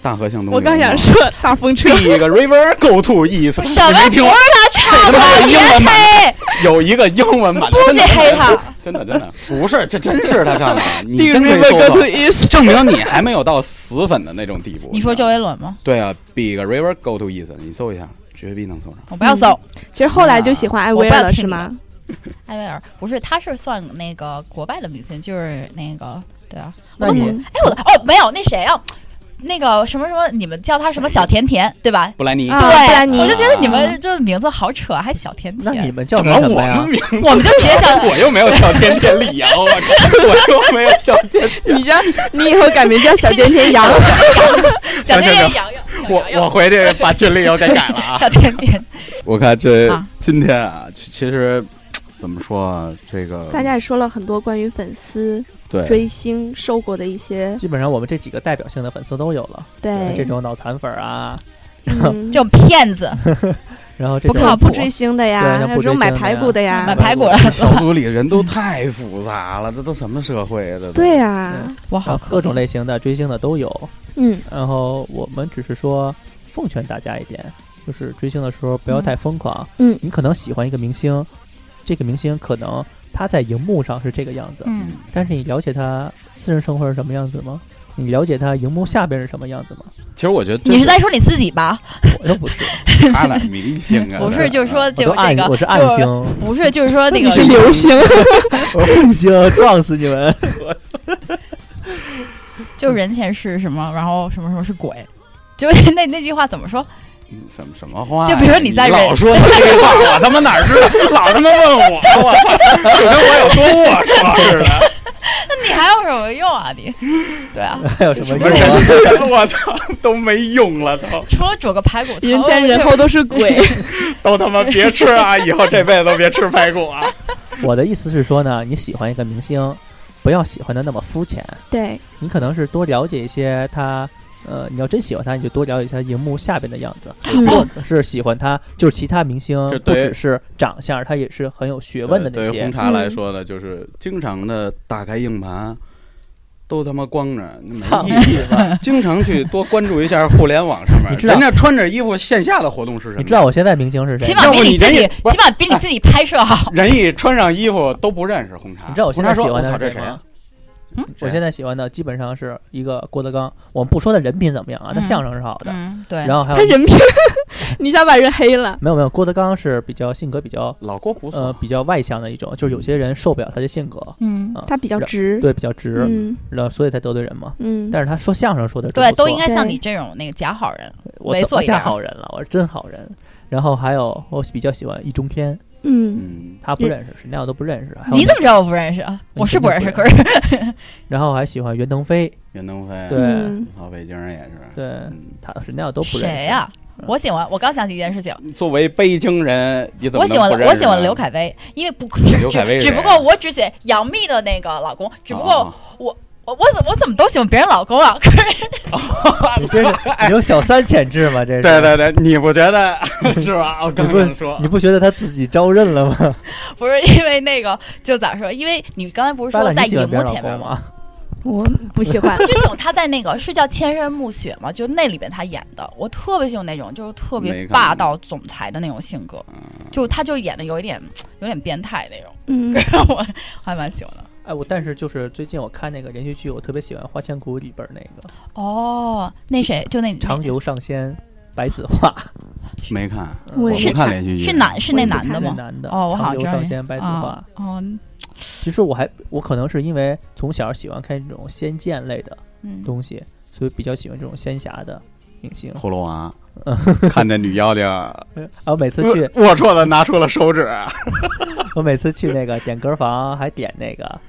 Speaker 5: 大河向东流嘛。
Speaker 4: 我刚想说大风车，
Speaker 5: 第一个 River Go to East，
Speaker 6: 什么啊
Speaker 5: 你没
Speaker 6: 不是
Speaker 5: 听过？
Speaker 6: 他唱
Speaker 5: 这他妈有
Speaker 6: 的，别
Speaker 5: 英文版
Speaker 6: 黑，
Speaker 5: 有一个英文版的，
Speaker 6: 不
Speaker 5: 真
Speaker 6: 许
Speaker 5: 的
Speaker 6: 黑他。
Speaker 5: 真的真的不是，这真是他唱的，你真没
Speaker 4: River
Speaker 5: 搜
Speaker 4: Go
Speaker 5: 到
Speaker 4: to，East。
Speaker 5: 证明你还没有到死粉的那种地步。
Speaker 6: 你说
Speaker 5: 知道吗
Speaker 6: 周杰伦吗？
Speaker 5: 对啊，Big River Go to East，你搜一下，绝必能搜上。
Speaker 6: 我 不要搜，
Speaker 4: 其实后来就喜欢艾薇儿了，是吗？
Speaker 6: 艾薇儿不是，他是算那个国外的明星，就是那个对啊。
Speaker 1: 那你
Speaker 4: 嗯
Speaker 6: 哎，我的哦，没有那谁啊，那个什么什么，你们叫他什么小甜甜对吧？
Speaker 5: 布兰妮，
Speaker 4: 啊
Speaker 6: 对，
Speaker 4: 布兰妮
Speaker 6: 我就觉得你们这名字好扯，还小甜
Speaker 1: 那你
Speaker 6: 甜，
Speaker 1: 们叫
Speaker 5: 怎
Speaker 1: 他
Speaker 5: 么
Speaker 1: 什
Speaker 5: 我
Speaker 1: 么呀
Speaker 5: 们？名？
Speaker 6: 我们就直接叫
Speaker 5: 我又没有笑天天李阳，我靠，我又没有笑天天。
Speaker 4: 你叫你以后改名叫小甜甜 羊，
Speaker 6: 小
Speaker 5: 行行
Speaker 6: 甜甜
Speaker 5: 行，
Speaker 6: 洋洋，小
Speaker 5: 我
Speaker 6: 洋
Speaker 5: 我
Speaker 6: 洋
Speaker 5: 回去把军令又给改了啊。
Speaker 6: 小甜甜，
Speaker 5: 我看这
Speaker 6: 啊
Speaker 5: 今天啊，其其实怎么说啊，这个
Speaker 4: 大家也说了很多关于粉丝
Speaker 5: 对
Speaker 4: 追星受过的一些
Speaker 1: 基本上我们这几个代表性的粉丝都有了，
Speaker 4: 对
Speaker 1: 这，种脑残粉啊，
Speaker 4: 嗯
Speaker 6: 这种骗子
Speaker 1: 然后这
Speaker 4: 不
Speaker 1: 种啊
Speaker 4: 靠不追星的
Speaker 1: 对
Speaker 4: 呀，
Speaker 1: 那
Speaker 4: 还有
Speaker 1: 不
Speaker 4: 这种
Speaker 1: 追
Speaker 4: 买
Speaker 1: 星的
Speaker 4: 排
Speaker 1: 呀
Speaker 4: 骨的啊呀
Speaker 6: 买，排骨 了，
Speaker 5: 小组里人都太复杂了，这都什么社会啊？这都
Speaker 4: 对呀，
Speaker 6: 我好
Speaker 1: 啊
Speaker 6: 可
Speaker 1: 各种
Speaker 6: 怜
Speaker 1: 类型的追星的都有。
Speaker 4: 嗯。
Speaker 1: 然后我们只是说奉劝大家一点，就是追星的时候不要太疯狂。
Speaker 4: 嗯
Speaker 1: 你可能喜欢一个明星，这个明星可能他在荧幕上是这个样子，
Speaker 6: 嗯，
Speaker 1: 但是你了解他私人生活是什么样子吗？你了解他荧幕下边是什么样子吗？
Speaker 5: 其实我觉得这
Speaker 6: 你是在说你自己吧？
Speaker 1: 我又不是，
Speaker 5: 他哪明星啊？
Speaker 6: 不是，就是说，
Speaker 1: 我
Speaker 6: 就
Speaker 1: 都
Speaker 6: 是这
Speaker 1: 暗，
Speaker 6: 个，
Speaker 1: 我是
Speaker 6: 就
Speaker 1: 暗星，我
Speaker 6: 不是，就是说那个
Speaker 4: 你是流星，
Speaker 1: 混星，撞死你们！
Speaker 6: 就是人前是什么，然后什么什么是鬼，就是那那句话怎么说？
Speaker 5: 什么什么话呀？
Speaker 6: 就比如说你在忍
Speaker 5: 老说这句话，我他妈哪知道？老他妈问我，我操， 就跟我有多龌龊似的。
Speaker 6: 那你还有什么用啊？你对啊，
Speaker 1: 还有什么
Speaker 5: 什么
Speaker 1: 用啊？
Speaker 5: 人前，我操，都没用了，都
Speaker 6: 除了煮个排骨汤，
Speaker 4: 人前人后都是鬼。
Speaker 5: 都他妈别吃啊！以后这辈子都别吃排骨啊！
Speaker 1: 我的意思是说呢，你喜欢一个明星，不要喜欢的那么肤浅，
Speaker 4: 对，
Speaker 1: 你可能是多了解一些他。呃，你要真喜欢他，你就多了解一下荧幕下边的样子。
Speaker 4: 嗯
Speaker 6: 嗯
Speaker 1: 如果是喜欢他，就是其他明星
Speaker 5: 就，
Speaker 1: 不
Speaker 5: 对于
Speaker 1: 只是长相，他也是很有学问的那
Speaker 5: 对于
Speaker 1: 些
Speaker 5: 红。茶来说呢，就是经常的打开硬盘，都他妈光着，没
Speaker 1: 操
Speaker 5: 意义。经常去多关注一下互联网上面，
Speaker 1: 你知道
Speaker 5: 人家穿着衣服线下的活动是什么？
Speaker 1: 你知道我现在明星是谁
Speaker 6: 起
Speaker 1: 吗？
Speaker 6: 码
Speaker 5: 要
Speaker 6: 比
Speaker 5: 不
Speaker 6: 你
Speaker 5: 你
Speaker 6: 自
Speaker 5: 这
Speaker 6: 己
Speaker 5: 也，不是
Speaker 6: 起码比你自己拍摄好。
Speaker 5: 人一穿上衣服都不认识红茶。
Speaker 1: 你知道我现在
Speaker 5: 红茶说
Speaker 1: 喜欢的
Speaker 5: 我操，这
Speaker 1: 是
Speaker 5: 谁
Speaker 1: 谁
Speaker 5: 啊
Speaker 1: 吗？？
Speaker 6: 嗯
Speaker 1: 我现在喜欢的基本上是一个郭德纲，我们不说他人品怎么样啊，他
Speaker 6: 嗯
Speaker 1: 相声是好的，
Speaker 6: 嗯，对。
Speaker 1: 然后还
Speaker 4: 他
Speaker 1: 有
Speaker 4: 人品， 你想把人黑了？
Speaker 1: 没有没有，郭德纲是比较性格比较
Speaker 5: 老郭不
Speaker 1: 呃
Speaker 5: 错，
Speaker 1: 比较外向的一种，就是有些人受不了他的性格，
Speaker 6: 嗯，
Speaker 1: 啊
Speaker 4: 他比较
Speaker 1: 然
Speaker 4: 直，
Speaker 1: 对，比较直，
Speaker 4: 嗯
Speaker 1: 然后所以才得罪人嘛。
Speaker 4: 嗯，
Speaker 1: 但是他说相声说的
Speaker 6: 对，都应该
Speaker 4: 对
Speaker 6: 像你这种那个假好
Speaker 5: 嗯
Speaker 6: 人。
Speaker 1: 我
Speaker 6: 猥
Speaker 1: 怎
Speaker 6: 琐
Speaker 1: 么
Speaker 6: 一
Speaker 1: 像
Speaker 6: 点儿
Speaker 1: 好人了？我是真好人。然后还有我比较喜欢易中天，
Speaker 4: 嗯，
Speaker 5: 嗯，
Speaker 1: 他不认识，谁那我都不认识。还有
Speaker 6: 你怎么知道我不认识啊？我是不认识，
Speaker 1: 肯
Speaker 6: 可是
Speaker 1: 然后还喜欢袁腾飞，
Speaker 5: 袁腾飞，
Speaker 1: 对
Speaker 4: 嗯
Speaker 5: 老北京人也是，
Speaker 1: 对
Speaker 5: 嗯，
Speaker 1: 他谁那我都不认识。
Speaker 6: 谁呀？我喜欢，我刚想起一件事情，
Speaker 5: 作为北京人，你怎么
Speaker 6: 我喜
Speaker 5: 能
Speaker 6: 欢
Speaker 5: 不认识呢
Speaker 6: 我喜欢刘恺威，因为不
Speaker 5: 刘恺威是
Speaker 6: 只只
Speaker 5: 谁
Speaker 6: 不
Speaker 5: 啊
Speaker 6: 过我只写杨幂的那个老公，只不过
Speaker 5: 啊
Speaker 6: 我我我怎我怎么都喜欢别人老公啊？ 可是
Speaker 1: 你 这是你有小三潜质吗？ 这是
Speaker 5: 对对对，你不觉得 是吧？我刚想说
Speaker 1: 你，不觉得他自己招认了吗？
Speaker 6: 不是因为那个就咋说？因为你刚才不是
Speaker 1: 巴
Speaker 6: 说
Speaker 1: 兰
Speaker 6: 在
Speaker 1: 你喜
Speaker 6: 荧
Speaker 1: 欢别
Speaker 6: 幕
Speaker 1: 人老
Speaker 6: 前面
Speaker 1: 公
Speaker 6: 吗？。
Speaker 1: 吗？
Speaker 4: 我不喜欢
Speaker 6: 这种他在那个是叫《千山暮雪》嘛，就那里边他演的，我特别喜欢那种，就是特
Speaker 5: 没
Speaker 6: 别
Speaker 5: 看过嗯
Speaker 6: 霸道总裁的那种性格，就他就演的有一点有点变态那种，
Speaker 4: 嗯，
Speaker 6: 我还蛮喜欢的。
Speaker 1: 哎，我但是就是最近我看那个连续剧，我特别喜欢《花千骨》里边那个
Speaker 6: 哦，那谁就那
Speaker 1: 长游上仙白子画，
Speaker 5: 没看，
Speaker 4: 我
Speaker 5: 我
Speaker 4: 也
Speaker 5: 不
Speaker 6: 是
Speaker 5: 看连续剧，
Speaker 6: 是男是那
Speaker 1: 我也不
Speaker 6: 男的
Speaker 1: 看那
Speaker 6: 吗？
Speaker 1: 男嗯的
Speaker 6: 哦我
Speaker 1: 长
Speaker 6: 好像
Speaker 1: 游
Speaker 6: 知道
Speaker 1: 上
Speaker 6: 那
Speaker 1: 仙白子画
Speaker 6: 啊。哦，
Speaker 1: 其实我还我可能是因为从小喜欢看这种仙剑类的
Speaker 6: 嗯，
Speaker 1: 东西，所以比较喜欢这种仙侠的明 星。
Speaker 5: 葫芦娃，啊看那女妖精，
Speaker 1: 然哦后每次去
Speaker 5: 龌龊的拿出了手 指，
Speaker 1: 我每次去那个点歌房还点那个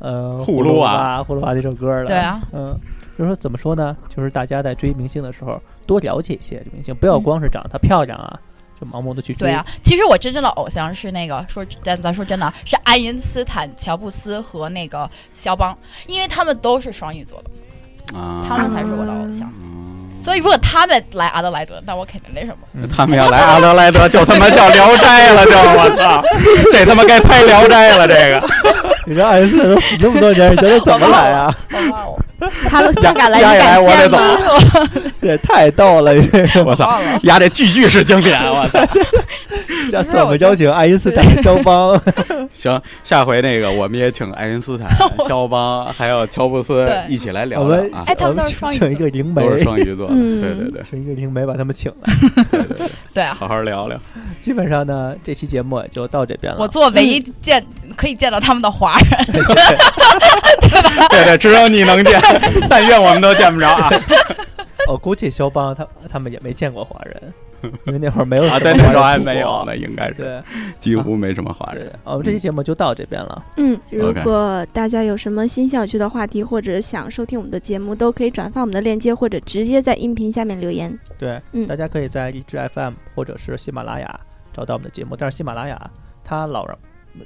Speaker 1: 呃
Speaker 5: 葫
Speaker 1: 芦
Speaker 5: 芦啊娃
Speaker 1: 娃葫芦娃那首歌了。
Speaker 6: 对啊，
Speaker 1: 嗯，就是说怎么说呢？就是大家在追明星的时候，多了解一些明星，不要光是长得她漂亮啊，就盲目的去追。
Speaker 6: 对啊，其实我真正的偶像是那个说咱咱说真的啊是爱因斯坦、乔布斯和那个肖邦，因为他们都是双鱼座的，他
Speaker 5: 啊
Speaker 6: 们才是我的偶像。
Speaker 5: 嗯
Speaker 6: 所以如果他们来阿德莱德，那我肯定那什么。
Speaker 5: 他们要来阿德莱德，就他妈叫《聊斋》 了，就我操，这他妈该拍《聊斋》了，这个。
Speaker 1: 你这爱因斯坦都死那么多年，你觉得怎么来 啊？
Speaker 6: 哦
Speaker 4: 他都他敢来，
Speaker 5: 压
Speaker 4: 你
Speaker 5: 一来
Speaker 4: 敢
Speaker 5: 我得
Speaker 4: 见
Speaker 5: 走
Speaker 4: 吗？
Speaker 1: 这也太逗 了！这个
Speaker 5: 我操，呀，这句句是经典，我 操！
Speaker 1: 叫怎么邀请爱因斯坦、肖 邦？
Speaker 5: 行，下回那个我们也请爱因 斯坦、肖邦还有乔布斯
Speaker 6: 对
Speaker 5: 一起来聊
Speaker 1: 我
Speaker 5: 聊
Speaker 1: 们
Speaker 5: 啊，
Speaker 6: 哎他
Speaker 1: 我
Speaker 6: 们
Speaker 1: 们
Speaker 6: 都是
Speaker 1: 请
Speaker 6: 双鱼
Speaker 1: 请一个灵媒
Speaker 5: 都，是双鱼座的，
Speaker 4: 嗯
Speaker 5: 对 对 对
Speaker 1: 请一个灵媒把他们请来。
Speaker 5: 对对对，
Speaker 6: 对啊，
Speaker 5: 好好聊聊。
Speaker 1: 基本上呢，这期节目也就到这边了。
Speaker 6: 我做唯一见可以见到他们的华人，
Speaker 5: 对对，只有你能见， 但愿我们都见不着 啊！
Speaker 1: 我哦估计肖邦他他们也没见过华人，因为那会儿没有
Speaker 5: 啊，
Speaker 1: 什么
Speaker 5: 对，那时候
Speaker 1: 华
Speaker 5: 还
Speaker 1: 人出
Speaker 5: 没有
Speaker 1: 国
Speaker 5: 呢，应该是
Speaker 1: 对嗯
Speaker 5: 几乎没什么华
Speaker 1: 对
Speaker 6: 啊
Speaker 5: 人。，
Speaker 1: 我们这期节目就到这边了。
Speaker 4: 嗯，如
Speaker 5: OK
Speaker 4: 果大家有什么新想去的话题，或者想收听我们的节目，都可以转发我们的链接，或者直接在音频下面留言。
Speaker 1: 对，
Speaker 4: 嗯
Speaker 1: 大家可以在荔枝 FM 或者是喜马拉雅找到我们的节目，但是喜马拉雅它老让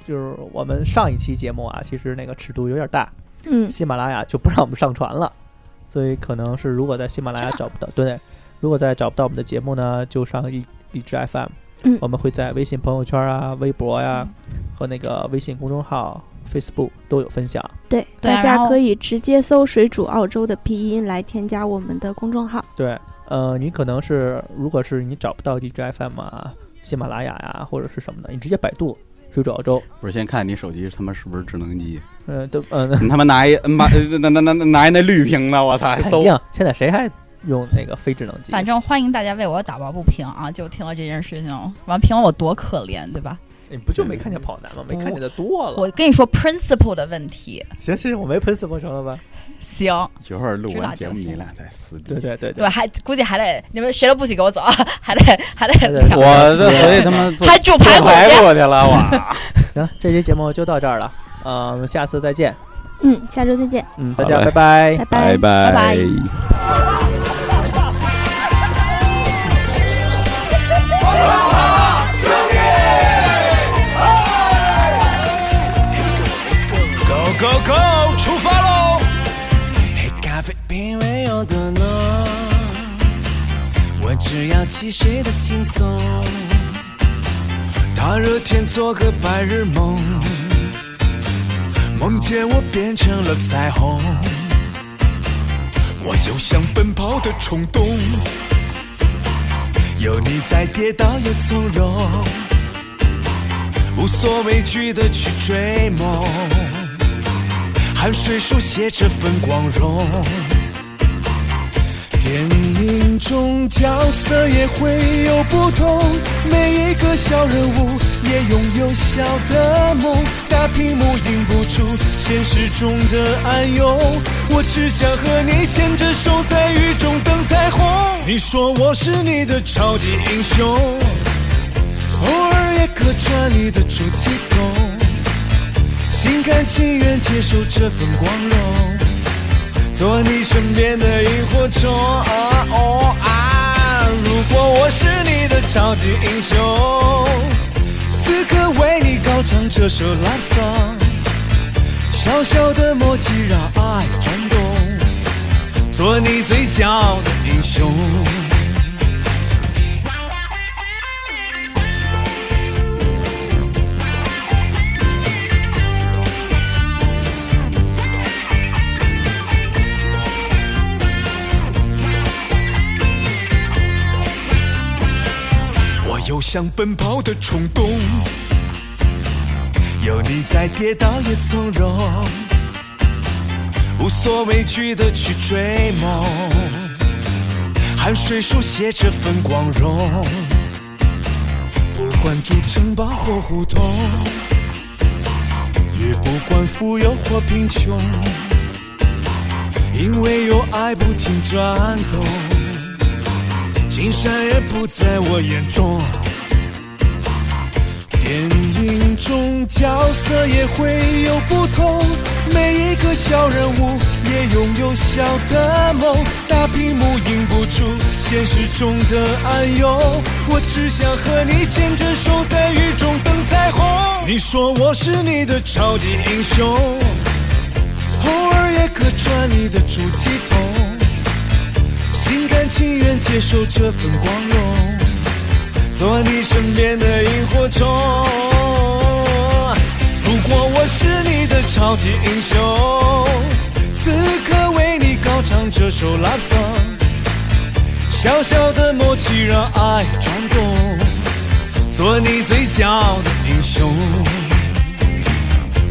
Speaker 1: 就是我们上一期节目啊，其实那个尺度有点大，
Speaker 4: 嗯，
Speaker 1: 喜马拉雅就不让我们上传了，所以可能是如果在喜马拉雅找不到，对，如果在找不到我们的节目呢，就上荔荔枝 FM，
Speaker 4: 嗯
Speaker 1: 我们会在微信朋友圈啊、微博呀、和那个微信公众号、Facebook 都有分享。
Speaker 4: 对，
Speaker 6: 对
Speaker 4: 大
Speaker 6: 然
Speaker 4: 家
Speaker 6: 后
Speaker 4: 可以直接搜“水煮澳洲”的拼音来添加我们的公众号。
Speaker 1: 对，呃，你可能是如果是你找不到荔枝 FM 啊、喜马拉雅呀、或者是什么的，你直接百度水煮澳洲，
Speaker 5: 不是先看你手机他妈是不是智能机？
Speaker 1: 呃， 都嗯，
Speaker 5: 你他妈拿一妈呃那那那那拿一那绿屏的，我操！还
Speaker 1: 不
Speaker 5: 搜
Speaker 1: 一样。哎现在谁还用那个非智能机？
Speaker 6: 反正欢迎大家为我打抱不平啊！就听了这件事情，完评论我多可怜，对吧？
Speaker 1: 你不就没看见跑男吗？没看见的多了。
Speaker 6: 我跟你说 principle 的问题，
Speaker 1: 行行，我没喷死过成了吧？
Speaker 6: 行，
Speaker 5: 一会儿录完节目
Speaker 6: 知道就行
Speaker 5: 你俩再撕逼
Speaker 1: 对。对对
Speaker 6: 对，吧？还估计还得你们谁都不许给我走，啊， 还得还得
Speaker 1: 对
Speaker 5: 我这合计他妈做
Speaker 6: 还煮
Speaker 5: 做
Speaker 6: 排骨
Speaker 5: 排
Speaker 6: 去。
Speaker 5: 骨去了，我。
Speaker 1: 行，这期节目就到这儿了，呃，我们下次再见。
Speaker 8: 嗯，下周再见，
Speaker 1: 嗯，大家
Speaker 5: 好
Speaker 1: 拜
Speaker 5: 嘞
Speaker 1: 拜。
Speaker 8: 拜拜。
Speaker 5: 拜
Speaker 6: 拜
Speaker 2: ，Go Go Go，出发喽！
Speaker 9: 黑咖啡品味有多浓？我只要汽水的轻松，
Speaker 3: 大热天做个白日梦，梦见我变成了彩虹，我有想奔跑的冲动，有你在，跌倒也从容，无所畏惧的去追梦，汗水书写这份光荣。电影中角色也会有不同，每一个小人物也拥有小的梦。大屏幕映不出现实中的暗涌，我只想和你牵着手在雨中等彩虹。你说我是你的超级英雄，偶尔也可穿你的出气筒，心甘情愿接受这份光荣。做你身边的萤火虫。啊哦啊！如果我是你的超级英雄，此刻为你高唱这首 love song，小小的默契让爱转动，做你最骄傲的英雄。我有想奔跑的冲动，有你在，跌倒也从容，无所畏惧的去追梦，汗水书写这份光荣。不管住城堡或胡同，也不管富有或贫穷，因为有爱不停转动。金山也不在我眼中。电影中角色也会有不同，每一个小人物也拥有小的梦。大屏幕映不出现实中的暗涌，我只想和你牵着手在雨中等彩虹。你说我是你的超级英雄，偶尔也可穿你的出气筒。心甘情愿接受这份光荣，做你身边的萤火虫。如果我是你的超级英雄，此刻为你高唱这首 love song，小小的默契让爱转动，做你最骄傲的英雄。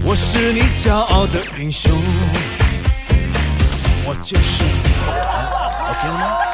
Speaker 3: 我是你骄傲的英雄，我就是你。OK 了吗？